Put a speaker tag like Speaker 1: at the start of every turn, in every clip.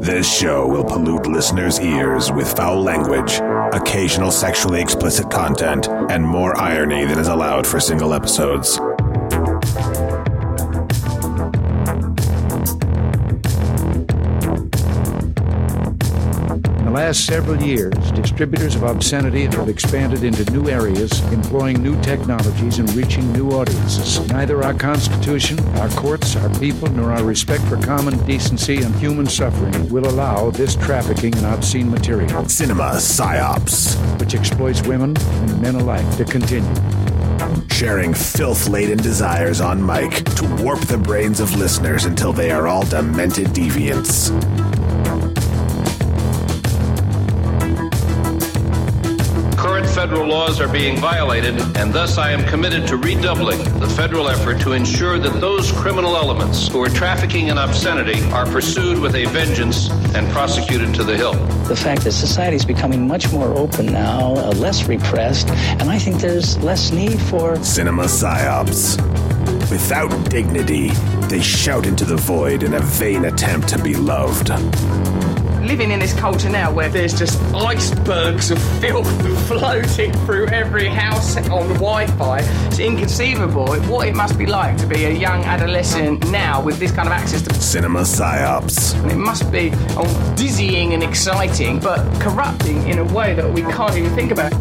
Speaker 1: This show will pollute listeners' ears with foul language, occasional sexually explicit content, and more irony than is allowed for single episodes.
Speaker 2: In the last several years, distributors of obscenity have expanded into new areas, employing new technologies and reaching new audiences. Neither our Constitution, our courts, our people, nor our respect for common decency and human suffering will allow this trafficking in obscene material,
Speaker 1: Cinema psyops,
Speaker 2: which exploits women and men alike, to continue.
Speaker 1: sharing filth laden desires on mic to warp the brains of listeners until they are all demented deviants.
Speaker 3: Current federal laws are being violated, and thus I am committed to redoubling the federal effort to ensure that those criminal elements who are trafficking in obscenity are pursued with a vengeance and prosecuted to the hilt.
Speaker 4: the fact that society is becoming much more open now, uh, less repressed, and I think there's less need for
Speaker 1: Cinema psyops. Without dignity, they shout into the void in a vain attempt to be loved.
Speaker 5: living in this culture now where there's just icebergs of filth floating through every house on Wi-Fi. It's inconceivable what it must be like to be a young adolescent now with this kind of access to.
Speaker 1: Cinema psyops.
Speaker 5: It must be oh, dizzying and exciting, but corrupting in a way that we can't even think about.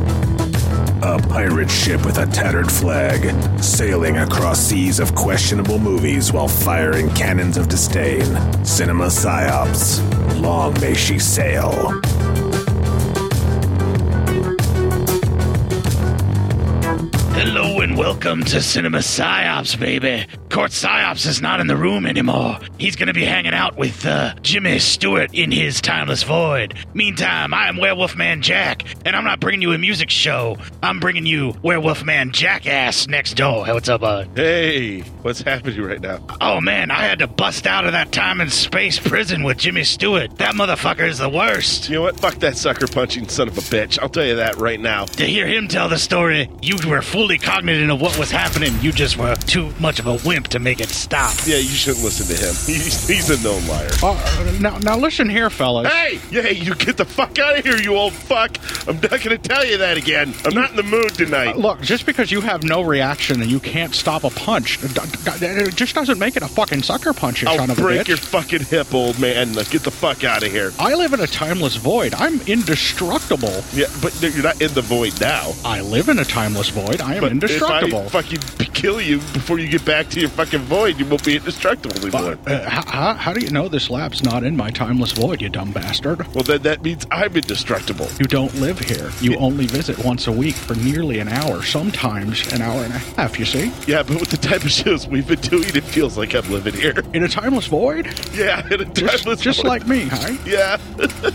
Speaker 1: A pirate ship with a tattered flag, sailing across seas of questionable movies while firing cannons of disdain. Cinema psyops. Long may she sail.
Speaker 6: Hello and welcome to Cinema Psyops, baby. Court Psyops is not in the room anymore. He's gonna be hanging out with uh, Jimmy Stewart in his timeless void. Meantime, I am Werewolf Man Jack, and I'm not bringing you a music show. I'm bringing you Werewolf Man Jackass next door. Hey, what's up, bud?
Speaker 7: Hey, what's happening right now?
Speaker 6: Oh man, I had to bust out of that time and space prison with Jimmy Stewart. That motherfucker is the worst.
Speaker 7: You know what? Fuck that sucker punching son of a bitch. I'll tell you that right now.
Speaker 6: To hear him tell the story, you were fully cognizant of what was happening. You just were too much of a wimp to make it stop.
Speaker 7: Yeah, you shouldn't listen to him. He's, he's a known liar.
Speaker 8: Uh, now, now listen here, fellas.
Speaker 7: Hey! Yeah, you get the fuck out of here, you old fuck. I'm not going to tell you that again. I'm not in the mood tonight.
Speaker 8: Look, just because you have no reaction and you can't stop a punch, d- d- d- it just doesn't make it a fucking sucker punch, you son
Speaker 7: I'll
Speaker 8: of a
Speaker 7: break
Speaker 8: bitch.
Speaker 7: your fucking hip, old man. Now Get the fuck out of here.
Speaker 8: I live in a timeless void. I'm indestructible.
Speaker 7: Yeah, but you're not in the void now.
Speaker 8: I live in a timeless void. I am
Speaker 7: But
Speaker 8: indestructible.
Speaker 7: If I fucking kill you before you get back to your fucking void, you won't be indestructible anymore.
Speaker 8: But, uh, how, how, how do you know this lab's not in my timeless void, you dumb bastard?
Speaker 7: well, then that means I'm indestructible.
Speaker 8: You don't live here. You only visit once a week for nearly an hour, sometimes an hour and a half, you see?
Speaker 7: Yeah, but with the type of shows we've been doing, it feels like I'm living here.
Speaker 8: In a timeless void?
Speaker 7: Yeah, in a
Speaker 8: Just,
Speaker 7: timeless
Speaker 8: just
Speaker 7: void.
Speaker 8: like me, huh?
Speaker 7: Yeah.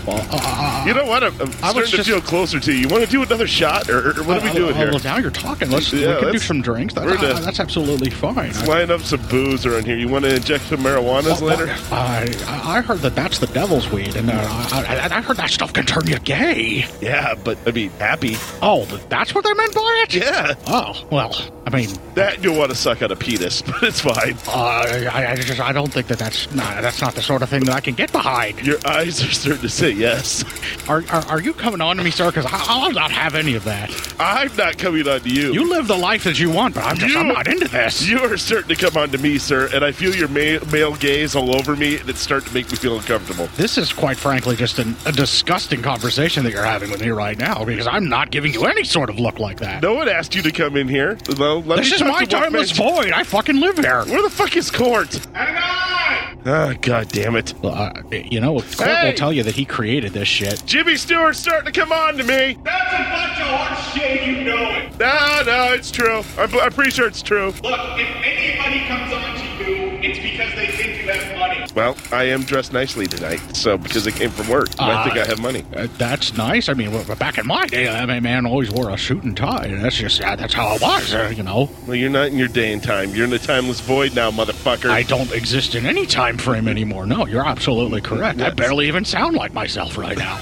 Speaker 7: you know what? I'm, I'm
Speaker 8: uh, I
Speaker 7: starting
Speaker 8: was
Speaker 7: to
Speaker 8: just-
Speaker 7: feel closer to you. You want to do another shot, or, or what are we
Speaker 8: Uh,
Speaker 7: doing
Speaker 8: uh,
Speaker 7: here?
Speaker 8: Well, now you're talking. Let's
Speaker 7: Yeah,
Speaker 8: we can do
Speaker 7: let's-
Speaker 8: some drinks. That's,
Speaker 7: we're gonna-
Speaker 8: uh, that's absolutely fine. I-
Speaker 7: Line up some booze around here. You want to inject some marijuanas
Speaker 8: Well,
Speaker 7: later?
Speaker 8: I, I I heard that that's the devil's weed, and uh, I, I, I heard that stuff can turn you gay.
Speaker 7: Yeah, but I mean, happy.
Speaker 8: Oh, th- that's what they meant by it.
Speaker 7: Yeah,
Speaker 8: Oh well, I mean,
Speaker 7: that you'll want to suck on a penis, but it's fine.
Speaker 8: uh, I, I just I don't think that that's not that's not the sort of thing that I can get behind.
Speaker 7: Your eyes are starting to say yes.
Speaker 8: Are are, are you coming on to me, sir? Because I'll not have any of that.
Speaker 7: I'm not coming on to you.
Speaker 8: You live the life that you want, but I'm just I'm
Speaker 7: You-
Speaker 8: not into this.
Speaker 7: You are starting to come on to me, sir, and I feel your ma- male gaze all over me, and it's starting to make me feel uncomfortable.
Speaker 8: This is quite frankly just an, a disgusting conversation that you're having with me right now because I'm not giving you any sort of look like that.
Speaker 7: No one asked you to come in here. No, let
Speaker 8: this
Speaker 7: me
Speaker 8: is
Speaker 7: talk
Speaker 8: my
Speaker 7: to Wolfman
Speaker 8: timeless
Speaker 7: Jack.
Speaker 8: void. I fucking live here.
Speaker 7: Where the fuck is Court? Ah, god damn it.
Speaker 8: Well, uh, you know, Court
Speaker 7: Hey!
Speaker 8: will tell you that he created this shit.
Speaker 7: Jimmy Stewart's starting to come on to me.
Speaker 9: That's a bunch of horse shit, you know it.
Speaker 7: No, no, it's true. I'm, I'm pretty sure it's true.
Speaker 9: Look, if anybody comes on to you, it's because they think you have money.
Speaker 7: Well, I am dressed nicely tonight, so because I came from work, and I think I have money.
Speaker 8: Uh, that's nice. I mean, w- w- back in my day, I mean, man always wore a suit and tie. and That's just uh, that's how it was. Uh, you know,
Speaker 7: Well, you're not in your day and time. You're in the timeless void now, motherfucker.
Speaker 8: I don't exist in any
Speaker 7: Uh-huh.
Speaker 8: time frame anymore. No, you're absolutely correct. I barely even sound like myself right now.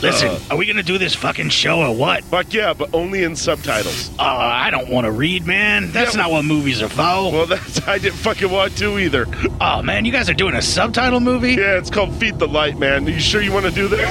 Speaker 6: Listen, are we gonna do this fucking show or what?
Speaker 7: Fuck yeah, but only in subtitles.
Speaker 6: Uh, I don't want to read, man. That's
Speaker 7: Yeah.
Speaker 6: not what movies are for.
Speaker 7: Well, that's I didn't fucking want to either.
Speaker 6: Oh man, you guys are doing a subtitle movie?
Speaker 7: Yeah, it's called Feed the Light, man. you sure you want to do this?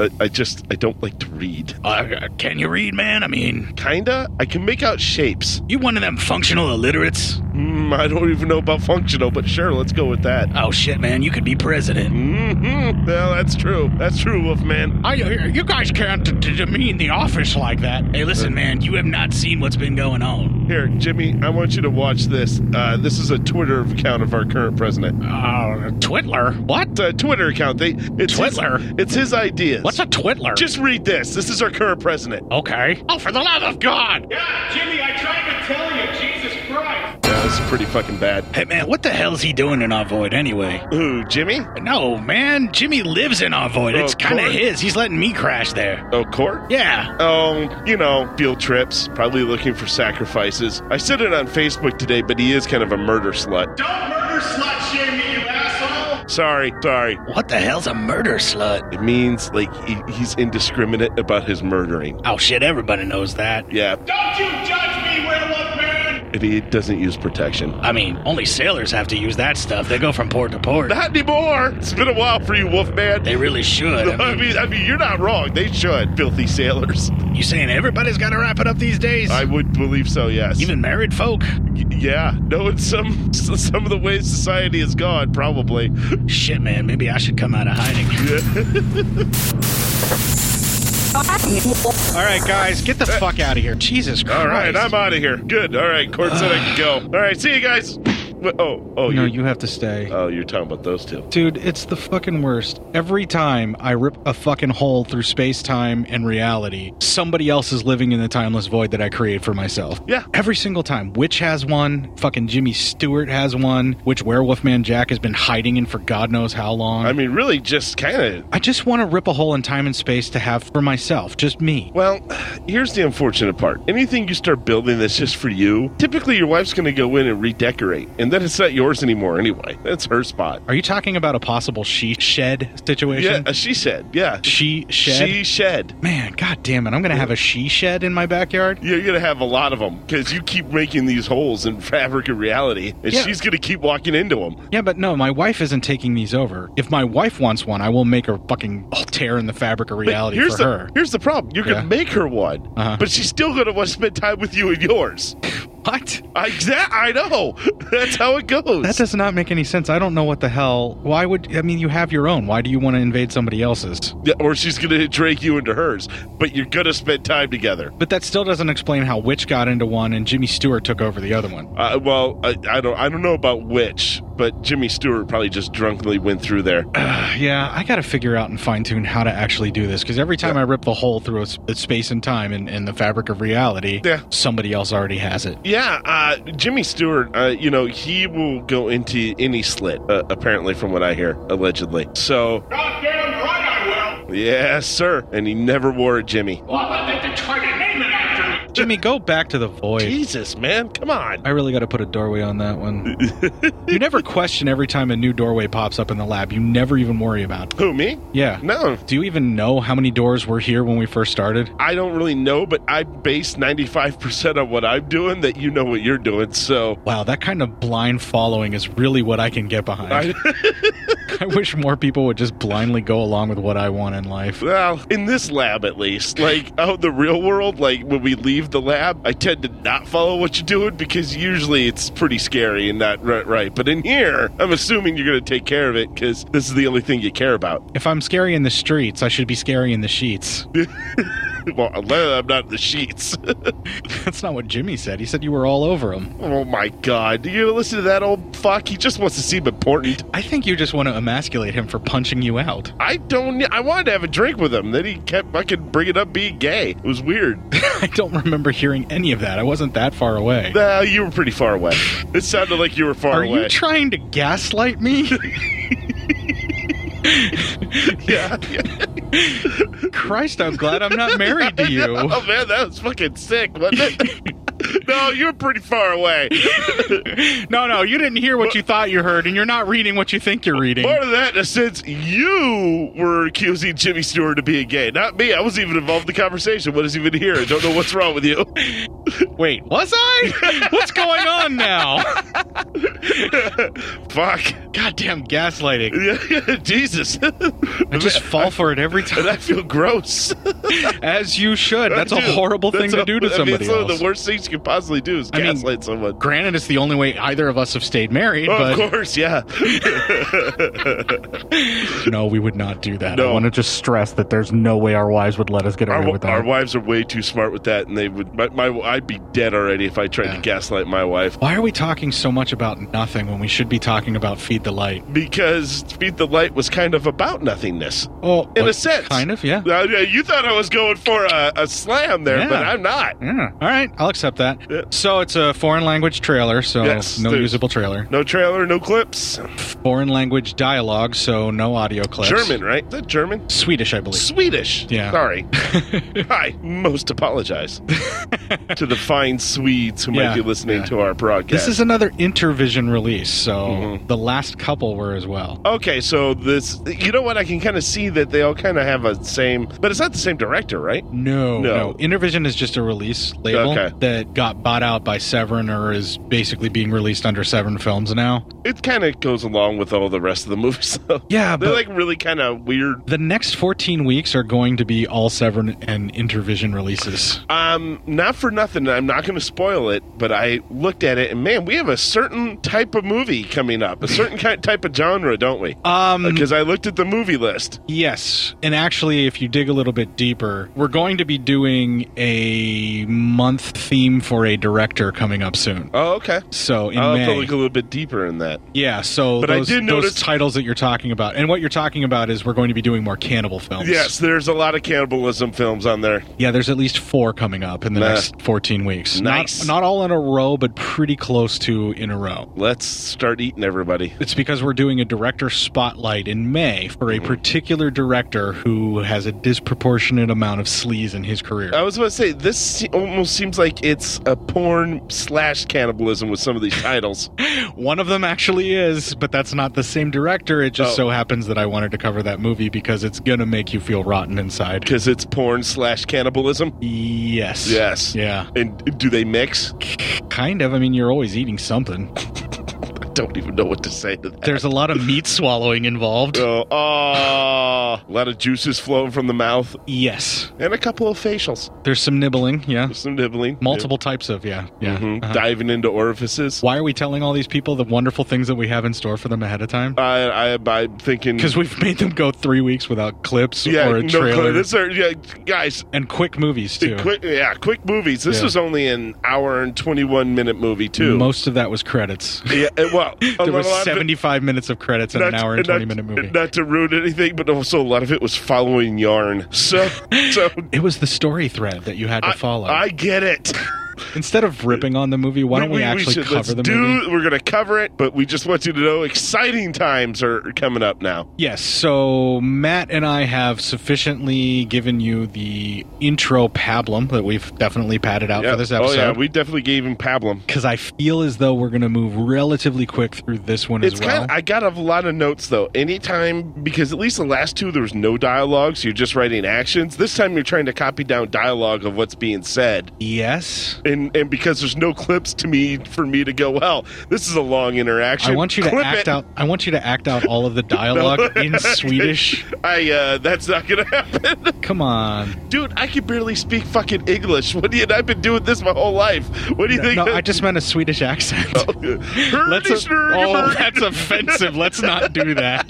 Speaker 7: I, I just I don't like to read.
Speaker 6: Uh, can you read, man? I mean,
Speaker 7: Kinda. I can make out shapes.
Speaker 6: you one of them functional illiterates?
Speaker 7: Mm, I don't even know about functional, but sure, let's go with that.
Speaker 6: Oh shit, man, you could be president.
Speaker 7: Mm-hmm. Well, that's true. That's true, Wolfman.
Speaker 8: I, you guys can't d- d- demean the office like that.
Speaker 6: Hey, listen, man, you have not seen what's been going on.
Speaker 7: Here, Jimmy, I want you to watch this. Uh, this is a Twitter account of our current president.
Speaker 8: Uh, Twiddler? What?
Speaker 7: It's a Twitter account. They it's His,
Speaker 8: Twiddler?
Speaker 7: it's his ideas.
Speaker 8: What's a Twiddler?
Speaker 7: Just read this. This is our current president.
Speaker 8: okay. Oh, for the love of God!
Speaker 9: Yeah, Jimmy, I tried to tell you, Jesus Christ.
Speaker 7: Yeah, this is pretty fucking bad.
Speaker 6: Hey, man, what the hell's he doing in our void anyway?
Speaker 7: Ooh, Jimmy?
Speaker 6: No, man, Jimmy lives in our void.
Speaker 7: Oh,
Speaker 6: It's kind of
Speaker 7: Corey?
Speaker 6: his. He's letting me crash there.
Speaker 7: Oh, court?
Speaker 6: Yeah.
Speaker 7: Oh, you know, field trips, probably looking for sacrifices. I said it on Facebook today, but he is kind of a murder slut.
Speaker 9: Don't murder slut shame me, you asshole.
Speaker 7: Sorry, sorry.
Speaker 6: What the hell's a murder slut?
Speaker 7: It means, like, he, he's indiscriminate about his murdering.
Speaker 6: Oh shit, everybody knows that.
Speaker 7: Yeah,
Speaker 9: Don't you judge me, werewolf man.
Speaker 7: and he doesn't use protection.
Speaker 6: I mean, only sailors have to use that stuff. They go from port to port.
Speaker 7: Not anymore! It's been a while for you, Wolfman.
Speaker 6: They really should. I
Speaker 7: I
Speaker 6: mean,
Speaker 7: mean, I mean, you're not wrong. They should, filthy sailors.
Speaker 6: you saying everybody's got to wrap it up these days?
Speaker 7: I would believe so. Yes.
Speaker 6: Even married folk?
Speaker 7: Y- yeah. No. In some some of the ways society has gone, probably.
Speaker 6: Shit, man, maybe I should come out of hiding.
Speaker 8: All right, guys, get the fuck out of here. Jesus Christ.
Speaker 7: All right, I'm out of here. Good. All right, Court said I can go. All right, see you guys. Wh- Oh, oh,
Speaker 8: No,
Speaker 7: you're,
Speaker 8: you have to stay.
Speaker 7: oh, you're talking about those two.
Speaker 8: Dude, it's the fucking worst. Every time I rip a fucking hole through space, time, and reality, somebody else is living in the timeless void that I create for myself.
Speaker 7: Yeah.
Speaker 8: Every single time. Witch has one. Fucking Jimmy Stewart has one. Which Werewolf Man Jack has been hiding in for God knows how long.
Speaker 7: I mean, really, just kind of.
Speaker 8: I just want to rip a hole in time and space to have for myself. Just me.
Speaker 7: Well, here's the unfortunate part. Anything you start building that's just for you, typically your wife's going to go in and redecorate, and then it's not yours anymore anyway. That's her spot.
Speaker 8: Are you talking about a possible she shed
Speaker 7: Yeah,
Speaker 8: situation?
Speaker 7: uh, she said. Yeah,
Speaker 8: She shed?
Speaker 7: She shed.
Speaker 8: Man, god damn it. I'm going to have a she shed in my backyard?
Speaker 7: You're gonna have a lot of them because you keep making these holes in fabric and reality, and
Speaker 8: Yeah.
Speaker 7: she's gonna keep walking into them.
Speaker 8: Yeah, but no, my wife isn't taking these over. If my wife wants one, I will make her fucking tear in the fabric of reality
Speaker 7: here's
Speaker 8: for
Speaker 7: the
Speaker 8: her.
Speaker 7: here's the problem. You're
Speaker 8: Yeah.
Speaker 7: gonna make her one,
Speaker 8: Uh-huh.
Speaker 7: but she's still gonna want to spend time with you and yours.
Speaker 8: What?
Speaker 7: I that, I know. That's how it goes.
Speaker 8: That does not make any sense. I don't know what the hell. Why would I mean you have your own? Why do you want to invade somebody else's?
Speaker 7: Yeah, or she's gonna drag you into hers, but you're gonna spend time together.
Speaker 8: But that still doesn't explain how Witch got into one and Jimmy Stewart took over the other one.
Speaker 7: Uh, well, I, I don't I don't know about which, but Jimmy Stewart probably just drunkenly went through there.
Speaker 8: Yeah, I got to figure out and fine tune how to actually do this because every time I rip the hole through a, s- a space and time and, and the fabric of reality,
Speaker 7: Yeah.
Speaker 8: somebody else already has it.
Speaker 7: Yeah, uh, Jimmy Stewart. Uh, you know he will go into any slit. Uh, apparently, from what I hear, allegedly. So
Speaker 9: Goddamn right I will. Oh,
Speaker 7: yes, sir. And he never wore a Jimmy.
Speaker 9: Well, how about they try to name it after me?
Speaker 8: Jimmy, go back to the void.
Speaker 7: Jesus, man, come on.
Speaker 8: I really got to put a doorway on that one. you never question every time a new doorway pops up in the lab. You never even worry about it.
Speaker 7: Who me?
Speaker 8: Yeah.
Speaker 7: No,
Speaker 8: Do you even know how many doors were here when we first started?
Speaker 7: I don't really know, but I base ninety five percent on what I'm doing. That you know what you're doing. So
Speaker 8: Wow, that kind of blind following is really what I can get behind.
Speaker 7: I.
Speaker 8: I, wish more people would just blindly go along with what I want in life.
Speaker 7: Well, in this lab at least, like out in the real world, like when we leave the lab, I tend to not follow what you're doing because usually it's pretty scary and not right. right. But in here, I'm assuming you're going to take care of it because this is the only thing you care about.
Speaker 8: If I'm scary in the streets, I should be scary in the sheets.
Speaker 7: Well, unless I'm not in the sheets.
Speaker 8: That's not what Jimmy said. He said you were all over him.
Speaker 7: oh my God. Do you listen to that old fuck? He just wants to seem important.
Speaker 8: I think you just want to emasculate him for punching you out.
Speaker 7: I don't. I wanted to have a drink with him. Then he kept fucking bringing up being gay. It was weird.
Speaker 8: I don't remember hearing any of that. I wasn't that far away.
Speaker 7: nah, you were pretty far away. It sounded like you were far
Speaker 8: Are
Speaker 7: away.
Speaker 8: you trying to gaslight me?
Speaker 7: yeah.
Speaker 8: Christ, I'm glad I'm not married to you.
Speaker 7: Oh man, that was fucking sick, wasn't it? no, you're pretty far away.
Speaker 8: No, no, you didn't hear what you thought you heard, and you're not reading what you think you're reading.
Speaker 7: Part of that, in a sense, you were accusing Jimmy Stewart of being gay, not me. I wasn't even involved in the conversation. What is even here? I don't know what's wrong with you.
Speaker 8: Wait, was I? What's going on now?
Speaker 7: Fuck.
Speaker 8: Goddamn gaslighting.
Speaker 7: Jesus.
Speaker 8: I just fall for it every
Speaker 7: And I
Speaker 8: time.
Speaker 7: feel gross.
Speaker 8: As you should. That's a
Speaker 7: Dude,
Speaker 8: horrible thing
Speaker 7: that's
Speaker 8: to
Speaker 7: a-
Speaker 8: do to
Speaker 7: I mean,
Speaker 8: somebody
Speaker 7: it's one of
Speaker 8: else.
Speaker 7: the worst things you could possibly do is
Speaker 8: I mean,
Speaker 7: gaslight someone.
Speaker 8: Granted, it's the only way either of us have stayed married,
Speaker 7: Oh,
Speaker 8: but
Speaker 7: of course, yeah.
Speaker 8: no, we would not do that.
Speaker 7: No.
Speaker 8: I want to just stress that there's no way our wives would let us get away
Speaker 7: Our,
Speaker 8: with that.
Speaker 7: our wives are way too smart with that, and they would. My, my, I'd be dead already if I tried
Speaker 8: Yeah.
Speaker 7: to gaslight my wife.
Speaker 8: Why are we talking so much about nothing when we should be talking about feed the light?
Speaker 7: Because Feed the Light was kind of about nothingness.
Speaker 8: Oh,
Speaker 7: In a
Speaker 8: like,
Speaker 7: sense.
Speaker 8: kind of, yeah.
Speaker 7: Now, yeah, you thought I was going for a, a slam there,
Speaker 8: Yeah.
Speaker 7: but I'm not.
Speaker 8: Yeah. All right, I'll accept that.
Speaker 7: Yeah.
Speaker 8: So it's a foreign language trailer, so
Speaker 7: Yes,
Speaker 8: no
Speaker 7: there's-
Speaker 8: usable trailer.
Speaker 7: No trailer, no clips.
Speaker 8: Foreign language dialogue, so no audio clips.
Speaker 7: German, right? Is that German?
Speaker 8: Swedish, I believe.
Speaker 7: Swedish.
Speaker 8: Yeah.
Speaker 7: Sorry. I most apologize to the fine Swedes who
Speaker 8: Yeah,
Speaker 7: might be listening
Speaker 8: yeah.
Speaker 7: to our broadcast.
Speaker 8: This is another Intervision release, so
Speaker 7: Mhm.
Speaker 8: the last couple were as well.
Speaker 7: Okay, so this, you know what? I can kind of see that they all kind of have a same, but it's not the same director, right?
Speaker 8: No,
Speaker 7: No.
Speaker 8: no, Intervision is just a release label
Speaker 7: Okay.
Speaker 8: that got bought out by Severn or is basically being released under Severn Films now.
Speaker 7: It kind of goes along with all the rest of the movies, though.
Speaker 8: Yeah,
Speaker 7: They're
Speaker 8: but-
Speaker 7: like really kind of weird.
Speaker 8: The next 14 weeks are going to be all Severn and Intervision releases.
Speaker 7: Um, not for nothing. I'm not going to spoil it, but I looked at it, and man, we have a certain type of movie coming up, a certain kind, type of genre, don't we?
Speaker 8: Um,
Speaker 7: Because I looked at the movie list.
Speaker 8: Yes. And actually, if you dig a little bit deeper, we're going to be doing a month theme for a director coming up soon.
Speaker 7: Oh, okay.
Speaker 8: So in
Speaker 7: I'll have to
Speaker 8: May,
Speaker 7: look a little bit deeper in that.
Speaker 8: yeah. So
Speaker 7: But I
Speaker 8: those,
Speaker 7: did
Speaker 8: those
Speaker 7: notice-
Speaker 8: titles that you're talking about, and what you're talking about is we're going to be doing more cannibal films.
Speaker 7: Yes, there's a lot of cannibalism films on there.
Speaker 8: yeah. There's at least four coming up in the
Speaker 7: Nah.
Speaker 8: next 14 weeks.
Speaker 7: Nice.
Speaker 8: Not, not all in a row, but pretty close to in a row.
Speaker 7: Let's start eating everybody.
Speaker 8: It's because we're doing a director spotlight in May for
Speaker 7: Mm-hmm.
Speaker 8: a particular director who has a disproportionate amount of sleaze in his career.
Speaker 7: I was about to say this se- almost seems like it's a porn slash cannibalism with some of these titles.
Speaker 8: One of them actually is, but that's not the same director. It just
Speaker 7: Oh.
Speaker 8: so happens that I wanted to cover that movie because it's going to make you feel rotten inside.
Speaker 7: because it's porn slash cannibalism.
Speaker 8: Yes.
Speaker 7: Yes.
Speaker 8: Yeah.
Speaker 7: And do they mix?
Speaker 8: Kind of. I mean, you're always eating something.
Speaker 7: I don't even know what to say to that.
Speaker 8: There's a lot of meat swallowing involved.
Speaker 7: Oh, ah, a lot of juices flowing from the mouth
Speaker 8: Yes.
Speaker 7: and a couple of facials,
Speaker 8: There's some nibbling. Yeah.
Speaker 7: some nibbling,
Speaker 8: Multiple types of, yeah. Yeah.
Speaker 7: Mhm.
Speaker 8: Uh-huh.
Speaker 7: diving into orifices.
Speaker 8: Why are we telling all these people the wonderful things that we have in store for them ahead of time?
Speaker 7: I, I, I'm thinking.
Speaker 8: Because we've made them go three weeks without clips
Speaker 7: yeah,
Speaker 8: or a
Speaker 7: no,
Speaker 8: trailer.
Speaker 7: clue. This are, yeah, guys.
Speaker 8: and quick movies, too.
Speaker 7: Quick, yeah, quick movies. This
Speaker 8: Yeah.
Speaker 7: was only an hour and twenty-one minute movie too.
Speaker 8: Most of that was credits.
Speaker 7: yeah, it- well, a
Speaker 8: there
Speaker 7: lot-
Speaker 8: was
Speaker 7: a lot of it-
Speaker 8: 75 minutes of credits in an
Speaker 7: Not-
Speaker 8: hour and 20
Speaker 7: not-
Speaker 8: minute movie.
Speaker 7: Not to ruin anything, but also a lot of it was following yarn. So, so
Speaker 8: it was the story thread that you had to
Speaker 7: I,
Speaker 8: follow.
Speaker 7: I get it.
Speaker 8: Instead of ripping on the movie, why don't we, actually
Speaker 7: should- let's
Speaker 8: cover the
Speaker 7: do,
Speaker 8: movie?
Speaker 7: We're going to cover it, but we just want you to know exciting times are coming up now.
Speaker 8: Yes, so Matt and I have sufficiently given you the intro pablum that we've definitely padded out
Speaker 7: Yeah.
Speaker 8: for this
Speaker 7: Oh yeah,
Speaker 8: episode.
Speaker 7: we definitely gave him pablum.
Speaker 8: because I feel as though we're going to move relatively quick through this one
Speaker 7: It's
Speaker 8: as well.
Speaker 7: kind of, I got a lot of notes though. Anytime, because at least the last two there was no dialogue, so you're just writing actions. This time you're trying to copy down dialogue of what's being said.
Speaker 8: yes.
Speaker 7: and and because there's no clips to me for me to go well this is a long interaction
Speaker 8: I want you to
Speaker 7: Clip
Speaker 8: act
Speaker 7: it.
Speaker 8: out. I want you to act out all of the dialogue in Swedish.
Speaker 7: i uh that's not gonna happen
Speaker 8: Come on.
Speaker 7: dude i can barely speak fucking english what do you i've been doing this my whole life what do you think
Speaker 8: No, I just meant a Swedish accent. Let's oh, that's offensive. Let's not do that.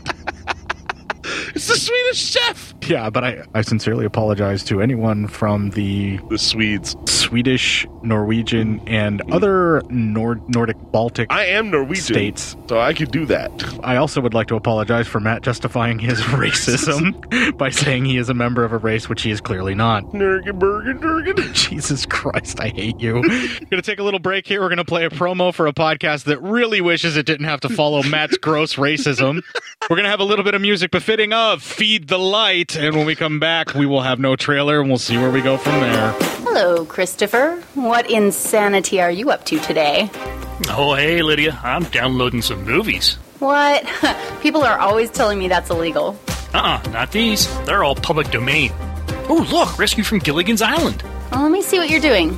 Speaker 7: it's the swedish chef
Speaker 8: Yeah, but I, I sincerely apologize to anyone from the
Speaker 7: the swedes
Speaker 8: Swedish, Norwegian, and other Nord, Nordic Baltic
Speaker 7: i am norwegian
Speaker 8: states.
Speaker 7: so i could do that
Speaker 8: I also would like to apologize for Matt justifying his racism by saying he is a member of a race which he is clearly not.
Speaker 7: Nurgenbergen, Nurgen.
Speaker 8: Jesus Christ, I hate you. We're going to take a little break here. We're going to play a promo for a podcast that really wishes it didn't have to follow Matt's gross racism. We're going to have a little bit of music befitting of Feed the Light. And when we come back, we will have no trailer and we'll see where we go from there.
Speaker 10: Hello, Christopher. What insanity are you up to today?
Speaker 11: Oh, hey, Lydia. I'm downloading some movies.
Speaker 10: What? People are always telling me that's illegal.
Speaker 11: Uh uh not these. They're all public domain. Oh, look, Rescue from Gilligan's Island.
Speaker 10: Well, let me see what you're doing.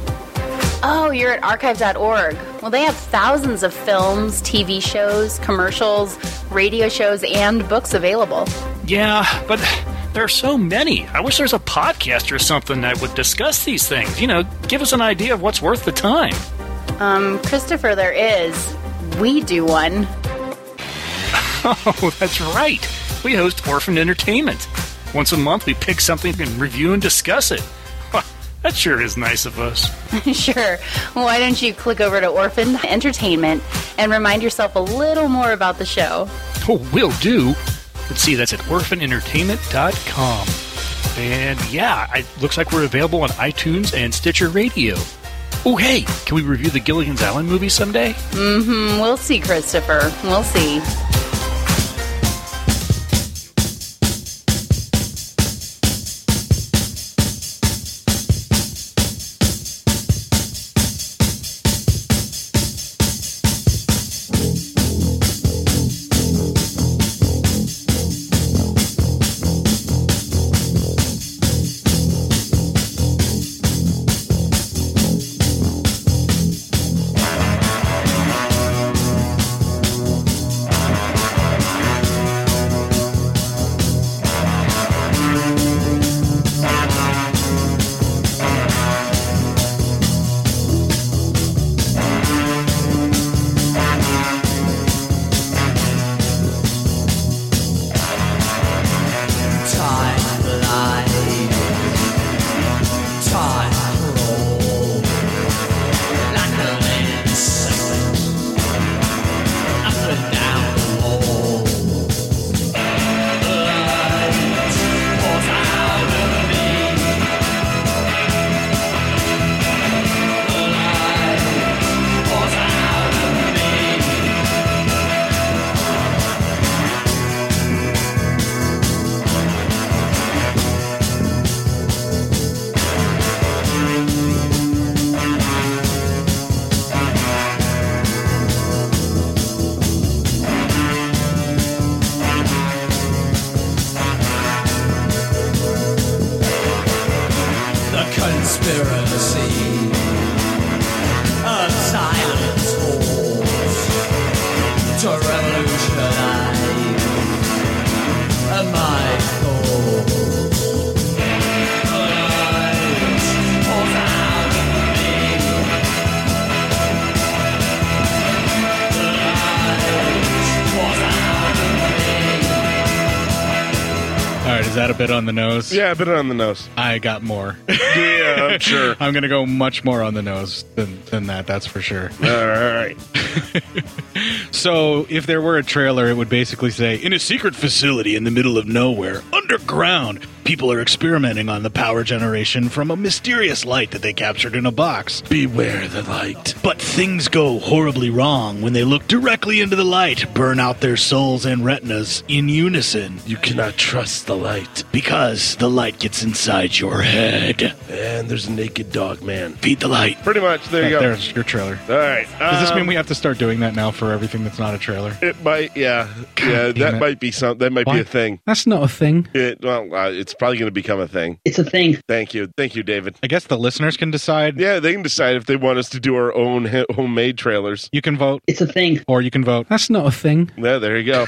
Speaker 10: Oh, you're at archive.org. Well, they have thousands of films, TV shows, commercials, radio shows, and books available.
Speaker 11: Yeah, but there are so many. I wish there's a podcast or something that would discuss these things. You know, give us an idea of what's worth the time.
Speaker 10: Um, Christopher, there is. We do one.
Speaker 11: Oh, that's right. We host Orphan Entertainment. Once a month, we pick something and review and discuss it. Huh, that sure is nice of us.
Speaker 10: sure. Why don't you click over to Orphan Entertainment and remind yourself a little more about the show?
Speaker 11: Oh, will do. Let's see, that's at orphanentertainment.com. And yeah, it looks like we're available on iTunes and Stitcher Radio. Oh, hey, can we review the Gilligan's Island movie someday?
Speaker 10: Mm hmm. We'll see, Christopher. We'll see.
Speaker 12: Time glide. Time roll. Like a lead second. Up and down the wall. Light pours out of me. Light pours out of The conspiracy of silent wars to revolutionize my thoughts. Light pours out of me. Light pours out of me.
Speaker 8: All right, is that a bit on the nose? Yeah, a bit on the nose. I got more. Yeah,
Speaker 7: I'm sure.
Speaker 8: I'm gonna go much more on the nose than than that. That's for sure. All right. so, if there were a trailer, it would basically say, "In a secret facility in the middle of nowhere, underground, people are experimenting on the power generation from a mysterious light that they captured in a box. Beware the light." But things go horribly wrong when they look directly into the light, burn out their souls and retinas in unison. You cannot trust the light because the light gets inside your head.
Speaker 7: And there's a naked dog man.
Speaker 8: Feed the light.
Speaker 7: Pretty much. There you
Speaker 8: Yeah,
Speaker 7: go.
Speaker 8: There's your trailer.
Speaker 7: All right.
Speaker 8: Does this
Speaker 7: um,
Speaker 8: mean we have to start doing that now for everything that's not a trailer?
Speaker 7: It might, yeah, yeah.
Speaker 8: damn
Speaker 7: That
Speaker 8: it.
Speaker 7: might be some. That might
Speaker 8: Why?
Speaker 7: be a thing.
Speaker 8: That's not a thing.
Speaker 7: It, well, uh, it's probably going to become a thing.
Speaker 8: It's a thing.
Speaker 7: Thank you, thank you, David.
Speaker 8: I guess the listeners can decide.
Speaker 7: Yeah, they can decide if they want us to do our own he- homemade trailers.
Speaker 8: You can vote.
Speaker 7: It's a thing.
Speaker 8: Or you can vote. That's not a thing.
Speaker 7: Yeah, there you go.